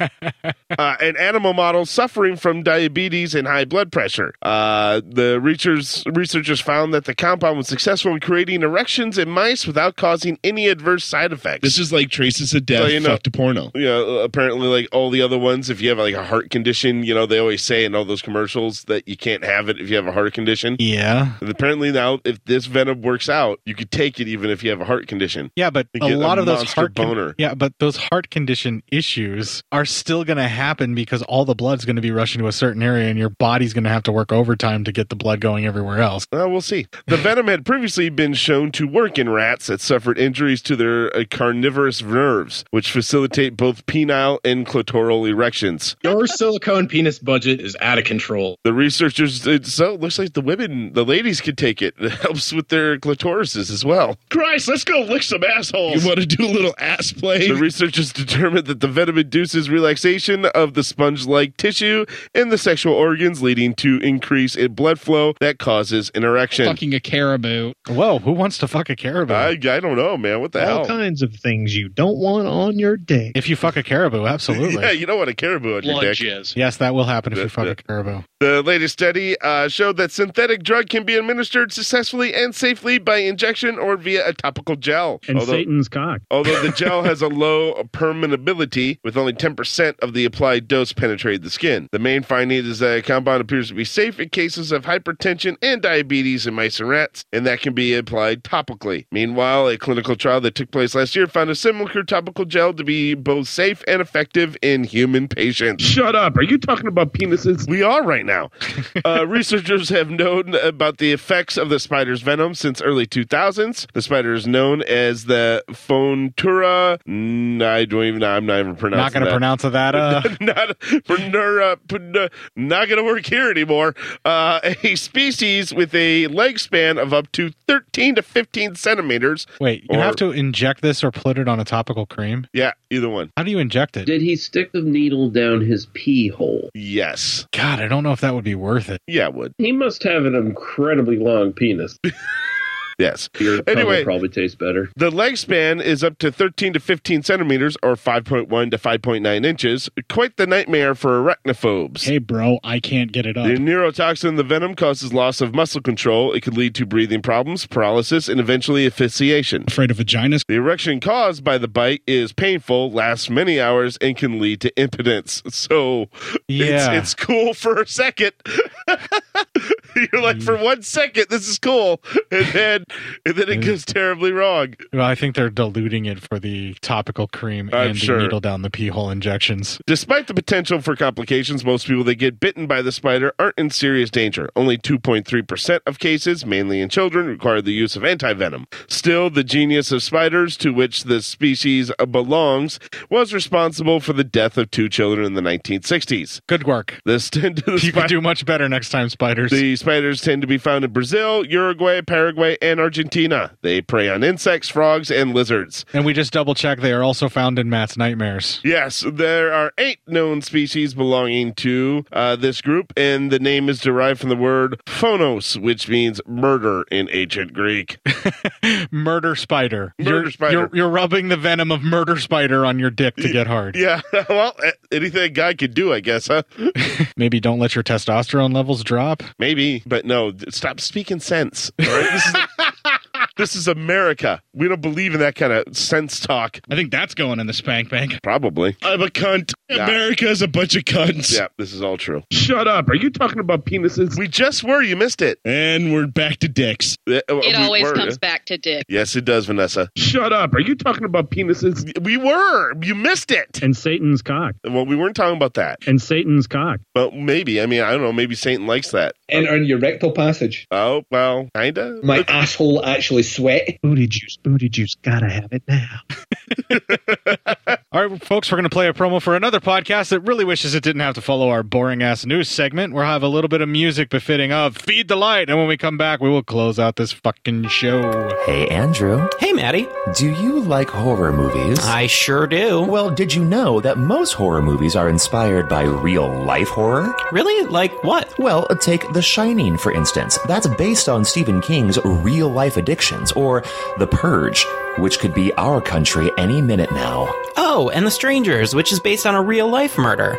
Speaker 7: uh, an animal model suffering from diabetes and high blood pressure. Uh, the researchers, researchers found that the compound was successful in creating erections in mice without causing any adverse side effects.
Speaker 20: this is like traces of death
Speaker 7: So, you know-
Speaker 20: fucked a porno.
Speaker 7: Yeah, apparently, like all the other ones, if you have like a heart condition, you know, they always say in all those commercials that you can't have it if you have a heart condition.
Speaker 18: Yeah.
Speaker 7: And apparently, now if this venom works out, you could take it even if you have a heart condition.
Speaker 18: Yeah, but
Speaker 7: You
Speaker 18: a
Speaker 7: get
Speaker 18: lot of those
Speaker 7: monster
Speaker 18: heart con-
Speaker 7: boner.
Speaker 18: yeah, but those heart condition issues are still going to happen because all the blood's going to be rushing to a certain area, and your body's going to have to work overtime to get the blood going everywhere else.
Speaker 7: Uh, we'll see. The venom had previously been shown to work in rats that suffered injuries to their uh, carnivorous nerves, which facilitate both penile and clitoral erections.
Speaker 23: Your silicone penis budget is out of control.
Speaker 7: The researchers did so. It looks like the women, the ladies could take it. It helps with their clitorises as well. Christ, let's go lick some assholes.
Speaker 20: You want to do a little ass play?
Speaker 7: The researchers determined that the venom induces relaxation of the sponge like tissue in the sexual organs, leading to increase in blood flow that causes an erection.
Speaker 24: Fucking a caribou.
Speaker 18: Whoa, who wants to fuck a caribou?
Speaker 7: I, I don't know, man. What the
Speaker 24: All
Speaker 7: hell?
Speaker 24: kinds of things you don't want on your dick.
Speaker 18: If you fuck a caribou, absolutely.
Speaker 7: Yeah, you don't want a caribou on your dick.
Speaker 18: Yes, that will happen if you fuck a caribou.
Speaker 7: The latest study uh, showed that synthetic drug can be administered successfully and safely by injection or via a topical gel.
Speaker 25: And Satan's cock.
Speaker 7: although the gel has a low permeability, with only 10% of the applied dose penetrate the skin. The main finding is that the compound appears to be safe in cases of hypertension and diabetes in mice and rats, and that can be applied topically. Meanwhile, a clinical trial that took place last year found a similar topical gel to be both safe and effective in human patients. Shut up. Are you talking about penises? We are right now. uh, researchers have known about the effects of the spider's venom since early 2000s. The spider is known as the Fontura. mm, I don't even. I'm not even pronouncing.
Speaker 18: Not going to
Speaker 7: that.
Speaker 18: pronounce that. Uh,
Speaker 7: not Pernura- Pern- not going to work here anymore. Uh, a species with a leg span of up to 13 to 15 centimeters.
Speaker 18: wait, you
Speaker 7: Or-
Speaker 18: have to inject this or put it on a topical cream.
Speaker 7: Yeah, either one.
Speaker 18: How do you inject it?
Speaker 26: Did he stick the needle down his pee hole?
Speaker 7: Yes.
Speaker 18: God, I don't know if that would be worth it.
Speaker 7: Yeah, it would.
Speaker 26: He must have an incredibly long penis.
Speaker 7: yes.
Speaker 26: Your
Speaker 7: Anyway.
Speaker 26: anyway, probably tastes better.
Speaker 7: The leg span is up to 13 to 15 centimeters, or 5.1 to 5.9 inches. Quite the nightmare for arachnophobes.
Speaker 8: Hey, bro, I can't get it up.
Speaker 7: The neurotoxin, the venom, causes loss of muscle control. It could lead to breathing problems, paralysis, and eventually asphyxiation.
Speaker 8: Afraid of vaginas?
Speaker 7: The erection caused by the bite is painful, lasts many hours, and can lead to impotence. So
Speaker 18: Yeah.
Speaker 7: it's, it's cool for a second. You're like, for one second, this is cool. And then, and then it goes terribly wrong.
Speaker 18: Well, I think they're diluting it for the topical cream
Speaker 7: I'm
Speaker 18: and
Speaker 7: sure.
Speaker 18: the needle down the pee hole injections.
Speaker 7: Despite the potential for complications, most people that get bitten by the spider aren't in serious danger. Only 2.3% of cases, mainly in children, require the use of antivenom. Still, the genius of spiders, to which the species belongs, was responsible for the death of two children in the 1960s.
Speaker 18: Good work.
Speaker 7: The st-
Speaker 18: you could do much better next time, spiders.
Speaker 7: the spiders tend to be found in Brazil, Uruguay, Paraguay, and Argentina. They prey on insects, frogs, and lizards.
Speaker 8: And we just double check they are also found in Matt's nightmares.
Speaker 7: Yes, there are eight known species belonging to uh, this group, and the name is derived from the word phonos, which means murder in ancient Greek.
Speaker 8: Murder spider.
Speaker 7: Murder
Speaker 8: you're,
Speaker 7: spider.
Speaker 8: You're, you're rubbing the venom of murder spider on your dick to get hard.
Speaker 7: yeah, well, a- anything a guy could do, I guess, huh?
Speaker 8: Maybe don't let your testosterone levels drop.
Speaker 7: Maybe, but no, th- stop speaking sense. All right? this, is, this is America. We don't believe in that kind of sense talk.
Speaker 8: I think that's going in the spank bank.
Speaker 7: Probably.
Speaker 27: I'm a cunt.
Speaker 7: Yeah.
Speaker 27: America's a bunch of cunts.
Speaker 7: Yeah, this is all true.
Speaker 27: Shut up. Are you talking about penises?
Speaker 7: We just were. You missed it.
Speaker 27: And we're back to dicks.
Speaker 7: It
Speaker 28: It always comes back to dick.
Speaker 7: Yes, it does, Vanessa.
Speaker 27: Shut up. Are you talking about penises?
Speaker 7: We were. You missed it.
Speaker 29: And Satan's cock.
Speaker 7: Well, we weren't talking about that.
Speaker 29: And Satan's cock.
Speaker 7: But maybe. I mean, I don't know. Maybe Satan likes that.
Speaker 30: And on your rectal passage.
Speaker 7: Oh, well, kinda.
Speaker 30: My asshole actually sweat.
Speaker 29: Booty juice, booty juice. Gotta have it now.
Speaker 8: All right, folks, we're going to play a promo for another podcast that really wishes it didn't have to follow our boring ass news segment. We'll have a little bit of music befitting of Feed the Light. And when we come back, we will close out this fucking show.
Speaker 1: Hey, Andrew. Hey, Maddie. Do you like horror movies? I sure do. Well, did you know that most horror movies are inspired by real life horror? Really? Like what? Well, take The Shining, for instance. That's based on Stephen King's real life addictions, or The Purge, which could be our country any minute now.
Speaker 5: Oh, and The Strangers, which is based on a real life murder.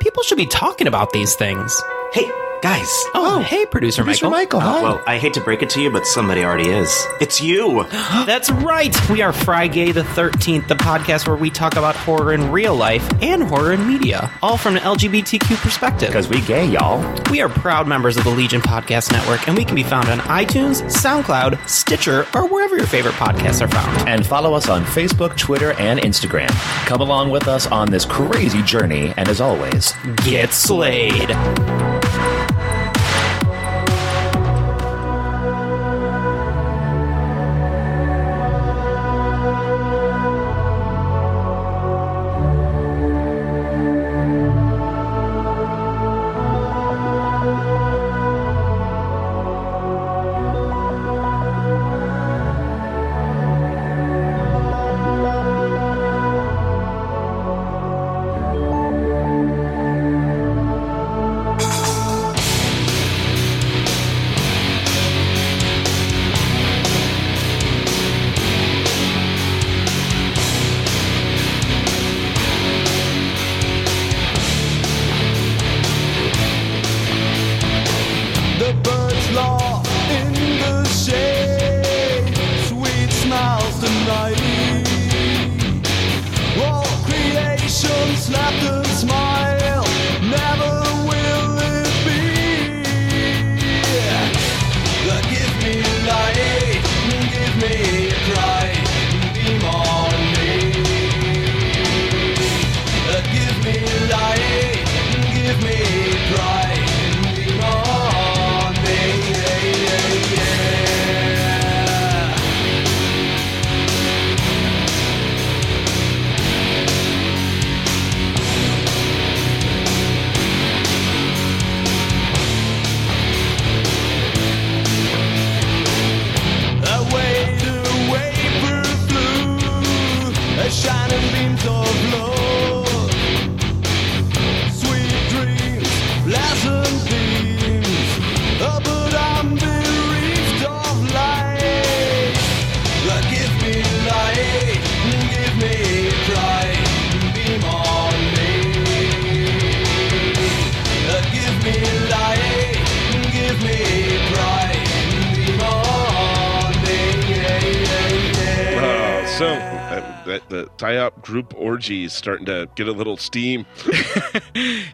Speaker 5: People should be talking about these things. Hey, guys. Oh, hey, producer,
Speaker 1: Producer
Speaker 5: Michael.
Speaker 1: Michael,
Speaker 5: Oh,
Speaker 1: hi.
Speaker 5: well,
Speaker 31: I hate to break it to you, but somebody already is. It's you.
Speaker 5: That's right. We are Friday the 13th, the podcast where we talk about horror in real life and horror in media, all from an LGBTQ perspective. Because
Speaker 1: we gay, y'all.
Speaker 5: We are proud members of the Legion Podcast Network, and we can be found on iTunes, SoundCloud, Stitcher, or wherever your favorite podcasts are found.
Speaker 1: And follow us on Facebook, Twitter, and Instagram. Come along with us on this crazy journey, and as always,
Speaker 5: get slayed.
Speaker 12: The birds law in the shade, sweet smiles tonight. All creation snapped and smile, never will it be. But give me light, give me a cry, beam on me. But give me light, give me a cry. Beam on me, yeah, yeah, yeah. Away the vapor flew, a shining beams of love. Sweet dreams, pleasant dreams, oh, but I'm bereaved of light. But give me light, give me pride, beam on me. But Uh, give me light, give me pride, beam on me.
Speaker 7: Uh, so uh, that, the tie-up group orgy is starting to get a little steam.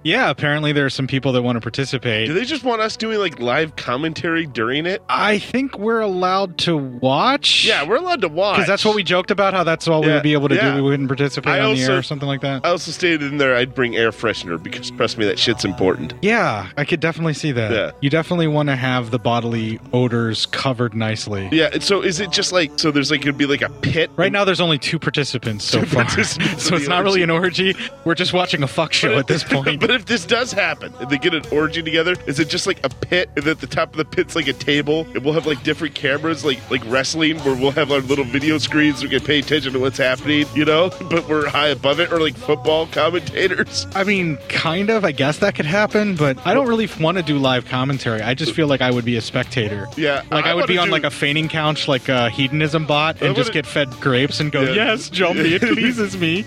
Speaker 8: Yeah, apparently there are some people that want to participate.
Speaker 7: Do they just want us doing like live commentary during it?
Speaker 8: I think we're allowed to watch.
Speaker 7: Yeah, we're allowed to watch
Speaker 8: Because that's what we joked about, how that's all we
Speaker 7: Yeah,
Speaker 8: would be able to
Speaker 7: yeah.
Speaker 8: do. We wouldn't participate
Speaker 7: I
Speaker 8: on the
Speaker 7: also-
Speaker 8: air or something like that.
Speaker 7: I also stated in there I'd bring air freshener because trust me, that shit's important.
Speaker 8: yeah, I could definitely see that.
Speaker 7: Yeah.
Speaker 8: You definitely want to have the bodily odors covered nicely.
Speaker 7: Yeah. and So is it just like so? There's like it'd be like a pit.
Speaker 8: Right now, there's only two participants. participants so far.
Speaker 7: participants
Speaker 8: so
Speaker 7: in
Speaker 8: it's
Speaker 7: the
Speaker 8: not really an orgy. We're just watching a fuck show at this point.
Speaker 7: but if this does happen, and they get an orgy together, is it just like a pit? And at the top of the pit's like a table, and we'll have like different cameras, like like wrestling, where we'll have our little video screens. We can pay attention to what's happening, you know. But we're high above it, or like football commentators.
Speaker 8: I mean, kind of. I guess that could happen, but I don't really want to do live commentary. I just feel like I would be a spectator.
Speaker 7: Yeah,
Speaker 8: Like I, would
Speaker 7: wanna
Speaker 8: be on
Speaker 7: do-
Speaker 8: like a feigning couch, like a hedonism bot, and just get fed grapes and go,
Speaker 7: Yeah.
Speaker 8: "Yes, Jumpy, it pleases me."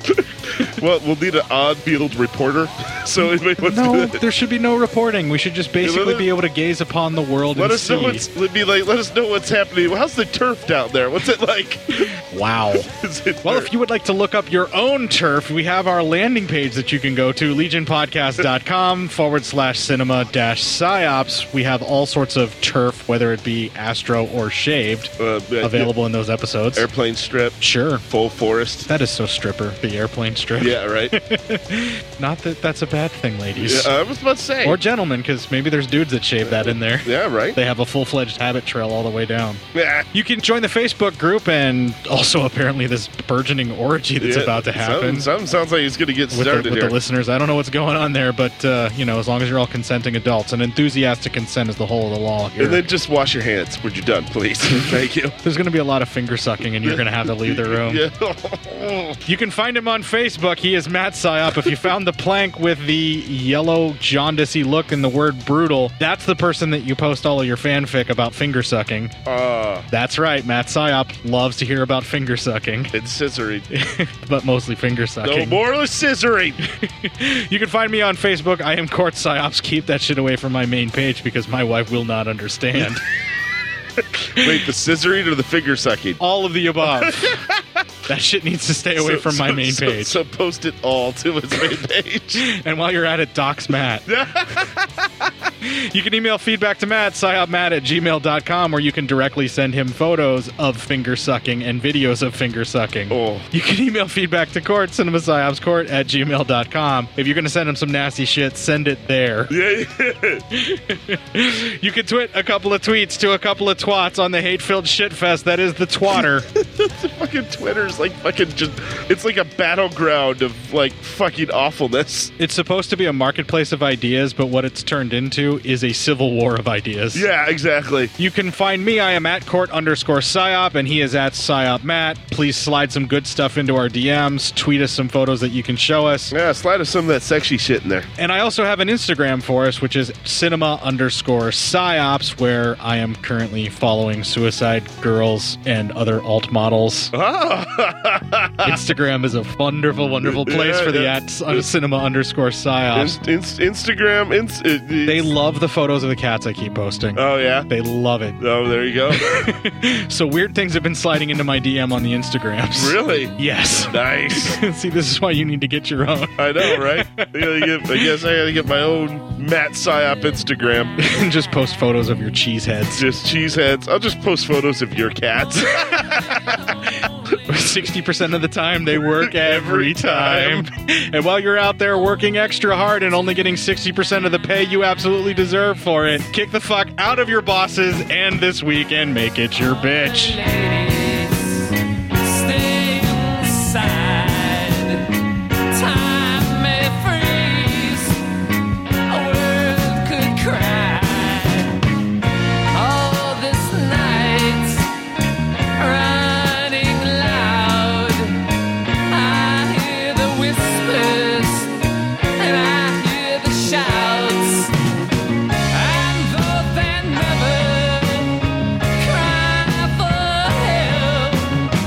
Speaker 7: well, we'll need an on-field reporter. So anybody wants
Speaker 8: no,
Speaker 7: to.
Speaker 8: there should be no reporting. We should just basically
Speaker 7: us-
Speaker 8: be able to gaze upon the world
Speaker 7: Let
Speaker 8: and
Speaker 7: us
Speaker 8: see.
Speaker 7: know what's let me like. Let us know what's happening. How's the turf down there? What's it like?
Speaker 8: Wow.
Speaker 7: Is it
Speaker 8: Well, if you would like to look up your own turf, we have our landing page that you can go to, legionpodcast.com forward slash cinema dash psyops. We have all sorts of turf, whether it be Astro or Shaved,
Speaker 7: Uh,
Speaker 8: available in those episodes.
Speaker 7: Airplane strip.
Speaker 8: Sure.
Speaker 7: Full forest.
Speaker 8: That is so stripper, the airplane strip.
Speaker 7: Yeah, right.
Speaker 8: Not that that's a bad thing, ladies.
Speaker 7: Yeah, uh, I was about to say.
Speaker 8: Or gentlemen, because maybe there's dudes that shave that in there.
Speaker 7: Yeah, right.
Speaker 8: They have a full fledged habit trail all the way down.
Speaker 7: Yeah.
Speaker 8: You can join the Facebook group and also apparently this burgeoning orgy that's
Speaker 7: Yeah,
Speaker 8: about to happen
Speaker 7: Something, something sounds like it's going to get
Speaker 8: with, the,
Speaker 7: started
Speaker 8: with the
Speaker 7: here.
Speaker 8: listeners. I don't know what's going on there, but uh, you know, as long as you're all consenting adults, and enthusiastic consent is the whole of the law here.
Speaker 7: and then just wash your hands when you're done, please. Thank you.
Speaker 8: There's going to be a lot of finger sucking, and you're going to have to leave the room.
Speaker 7: Yeah. Oh,
Speaker 8: You can find him on Facebook. He is Matt Psyop. If you found the plank with the yellow jaundicey look and the word brutal, that's the person that you post all of your fanfic about finger sucking.
Speaker 7: Uh,
Speaker 8: that's right. Matt Psyop loves to hear about finger sucking.
Speaker 7: It's scissoring.
Speaker 8: but mostly finger
Speaker 7: no
Speaker 8: sucking.
Speaker 7: more scissoring.
Speaker 8: you can find me on Facebook. I am Court Psyops. Keep that shit away from my main page because my wife will not understand.
Speaker 7: Wait, the scissoring or the finger sucking?
Speaker 8: all of the above. that shit needs to stay away
Speaker 7: So-
Speaker 8: from my
Speaker 7: so-
Speaker 8: main
Speaker 7: so-
Speaker 8: page.
Speaker 7: So, post it all to his main page.
Speaker 8: and while you're at it, docs Matt. you can email feedback to Matt, psyopmatt at gmail.com, or you can directly send him photos of finger sucking and videos of finger sucking.
Speaker 7: Oh.
Speaker 8: You can email feedback to court, cinemasciopscourt at gmail.com. If you're going to send him some nasty shit, send it there. you can twit a couple of tweets to a couple of twats on the hate-filled shitfest that is the twatter.
Speaker 7: fucking Twitter's like fucking just. It's like a battleground of like fucking awfulness.
Speaker 8: It's supposed to be a marketplace of ideas, but what it's turned into is a civil war of ideas.
Speaker 7: Yeah, exactly.
Speaker 8: You can find me. I am at court underscore psyop, and he is at psyop matt. Please slide some good stuff into our DMs. Tweet us some photos that you can show us.
Speaker 7: Yeah, slide us some of that sexy shit in there.
Speaker 8: And I also have an Instagram for us, which is cinema underscore psyops, where I am currently following suicide girls and other alt models. Instagram is a wonderful, wonderful place
Speaker 7: Yeah,
Speaker 8: for the
Speaker 7: yeah.
Speaker 8: at uh, cinema underscore psyops.
Speaker 7: Inst- inst- Instagram. Inst-
Speaker 8: They love the photos of the cats I keep posting.
Speaker 7: Oh yeah,
Speaker 8: they love it.
Speaker 7: Oh, there you go.
Speaker 8: So weird things have been sliding into my DM on the Instagrams.
Speaker 7: really?
Speaker 8: Yes.
Speaker 7: Nice.
Speaker 8: See, this is why you need to get your own.
Speaker 7: I know, right? I, gotta get, I guess I gotta get my own Matt Psyop Instagram.
Speaker 8: Just post photos of your cheese heads.
Speaker 7: Just cheese heads. I'll just post photos of your cats.
Speaker 8: 60% of the time they work every time. And while you're out there working extra hard and only getting 60% of the pay you absolutely deserve for it, kick the fuck out of your bosses and this week and make it your bitch.
Speaker 12: Stay inside. Time may freeze. A world could cry. All this night, running loud. I hear the whispers and I hear the shouts. And though they never cry for help.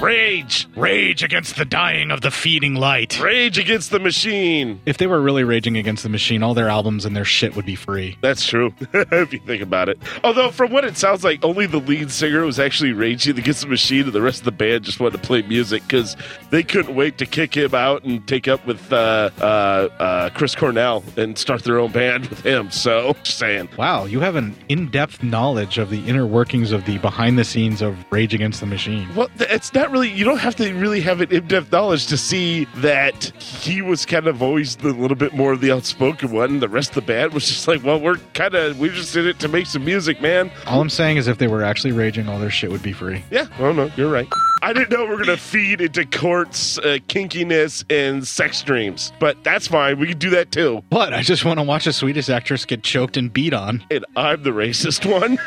Speaker 7: Rage!
Speaker 32: Rage against the dying of the feeding light.
Speaker 7: Rage against the machine.
Speaker 8: If they were really raging against the machine, all their albums and their shit would be free.
Speaker 7: That's true, if you think about it. Although, from what it sounds like, only the lead singer was actually raging against the machine, and the rest of the band just wanted to play music because they couldn't wait to kick him out and take up with uh, uh, uh, Chris Cornell and start their own band with him. So, just saying.
Speaker 8: Wow, you have an in-depth knowledge of the inner workings of the behind the scenes of Rage Against the Machine.
Speaker 7: Well, th- it's not really, you don't have to really have an in depth knowledge to see that he was kind of always the little bit more of the outspoken one. The rest of the band was just like, well, we're kind of, we just did it to make some music, man.
Speaker 8: All I'm saying is if they were actually raging, all their shit would be free.
Speaker 7: Yeah, I don't know. You're right. I didn't know we are going to feed into court's uh, kinkiness and sex dreams, but that's fine. We can do that too.
Speaker 8: But I just want to watch a Swedish actress get choked and beat on.
Speaker 7: And I'm the racist one.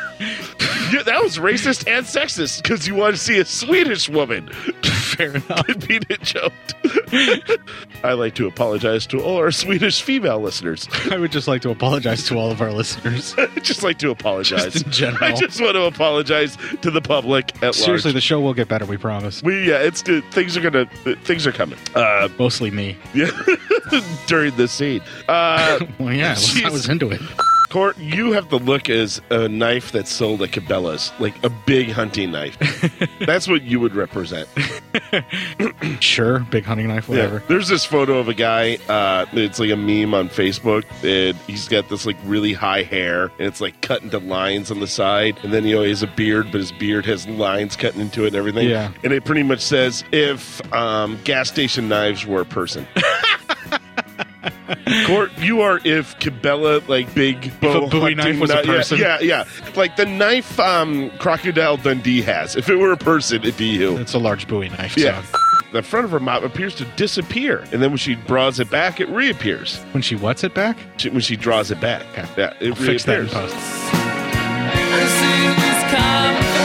Speaker 7: Yeah, that was racist and sexist because you want to see a Swedish woman.
Speaker 8: Fair enough.
Speaker 7: Get beat and choked. I like to apologize to all our Swedish female listeners.
Speaker 8: I would just like to apologize to all of our listeners.
Speaker 7: I just like to apologize.
Speaker 8: Just in general.
Speaker 7: I just want to apologize to the public at
Speaker 8: Seriously,
Speaker 7: large.
Speaker 8: the show will get better, we promise.
Speaker 7: We yeah, it's good. Things are gonna things are coming. Uh,
Speaker 8: Mostly me.
Speaker 7: yeah, during this scene. Uh,
Speaker 8: Well, yeah, I was- I
Speaker 7: jeez.
Speaker 8: was into it.
Speaker 7: Court, you have to look as a knife that's sold at Cabela's, like a big hunting knife. that's what you would represent.
Speaker 8: sure, big hunting knife, whatever.
Speaker 7: Yeah. There's this photo of a guy. Uh, it's like a meme on Facebook, and he's got this like really high hair, and it's like cut into lines on the side, and then you know he has a beard, but his beard has lines cutting into it and everything.
Speaker 8: Yeah.
Speaker 7: And it pretty much says if um, gas station knives were a person. Court, you are if Cabela like big bow
Speaker 8: a Bowie
Speaker 7: hunting
Speaker 8: knife was a
Speaker 7: kni- yeah,
Speaker 8: person.
Speaker 7: Yeah, yeah, Like the knife um, Crocodile Dundee has. If it were a person, it'd be you.
Speaker 8: It's a large Bowie knife.
Speaker 7: Yeah.
Speaker 8: So.
Speaker 7: The front of her mop appears to disappear, and then when she draws it back, it reappears.
Speaker 8: When she whats it back?
Speaker 7: She, when she draws it back, yeah, it
Speaker 8: I'll fix that in
Speaker 7: reappears.
Speaker 8: post.
Speaker 33: As soon as come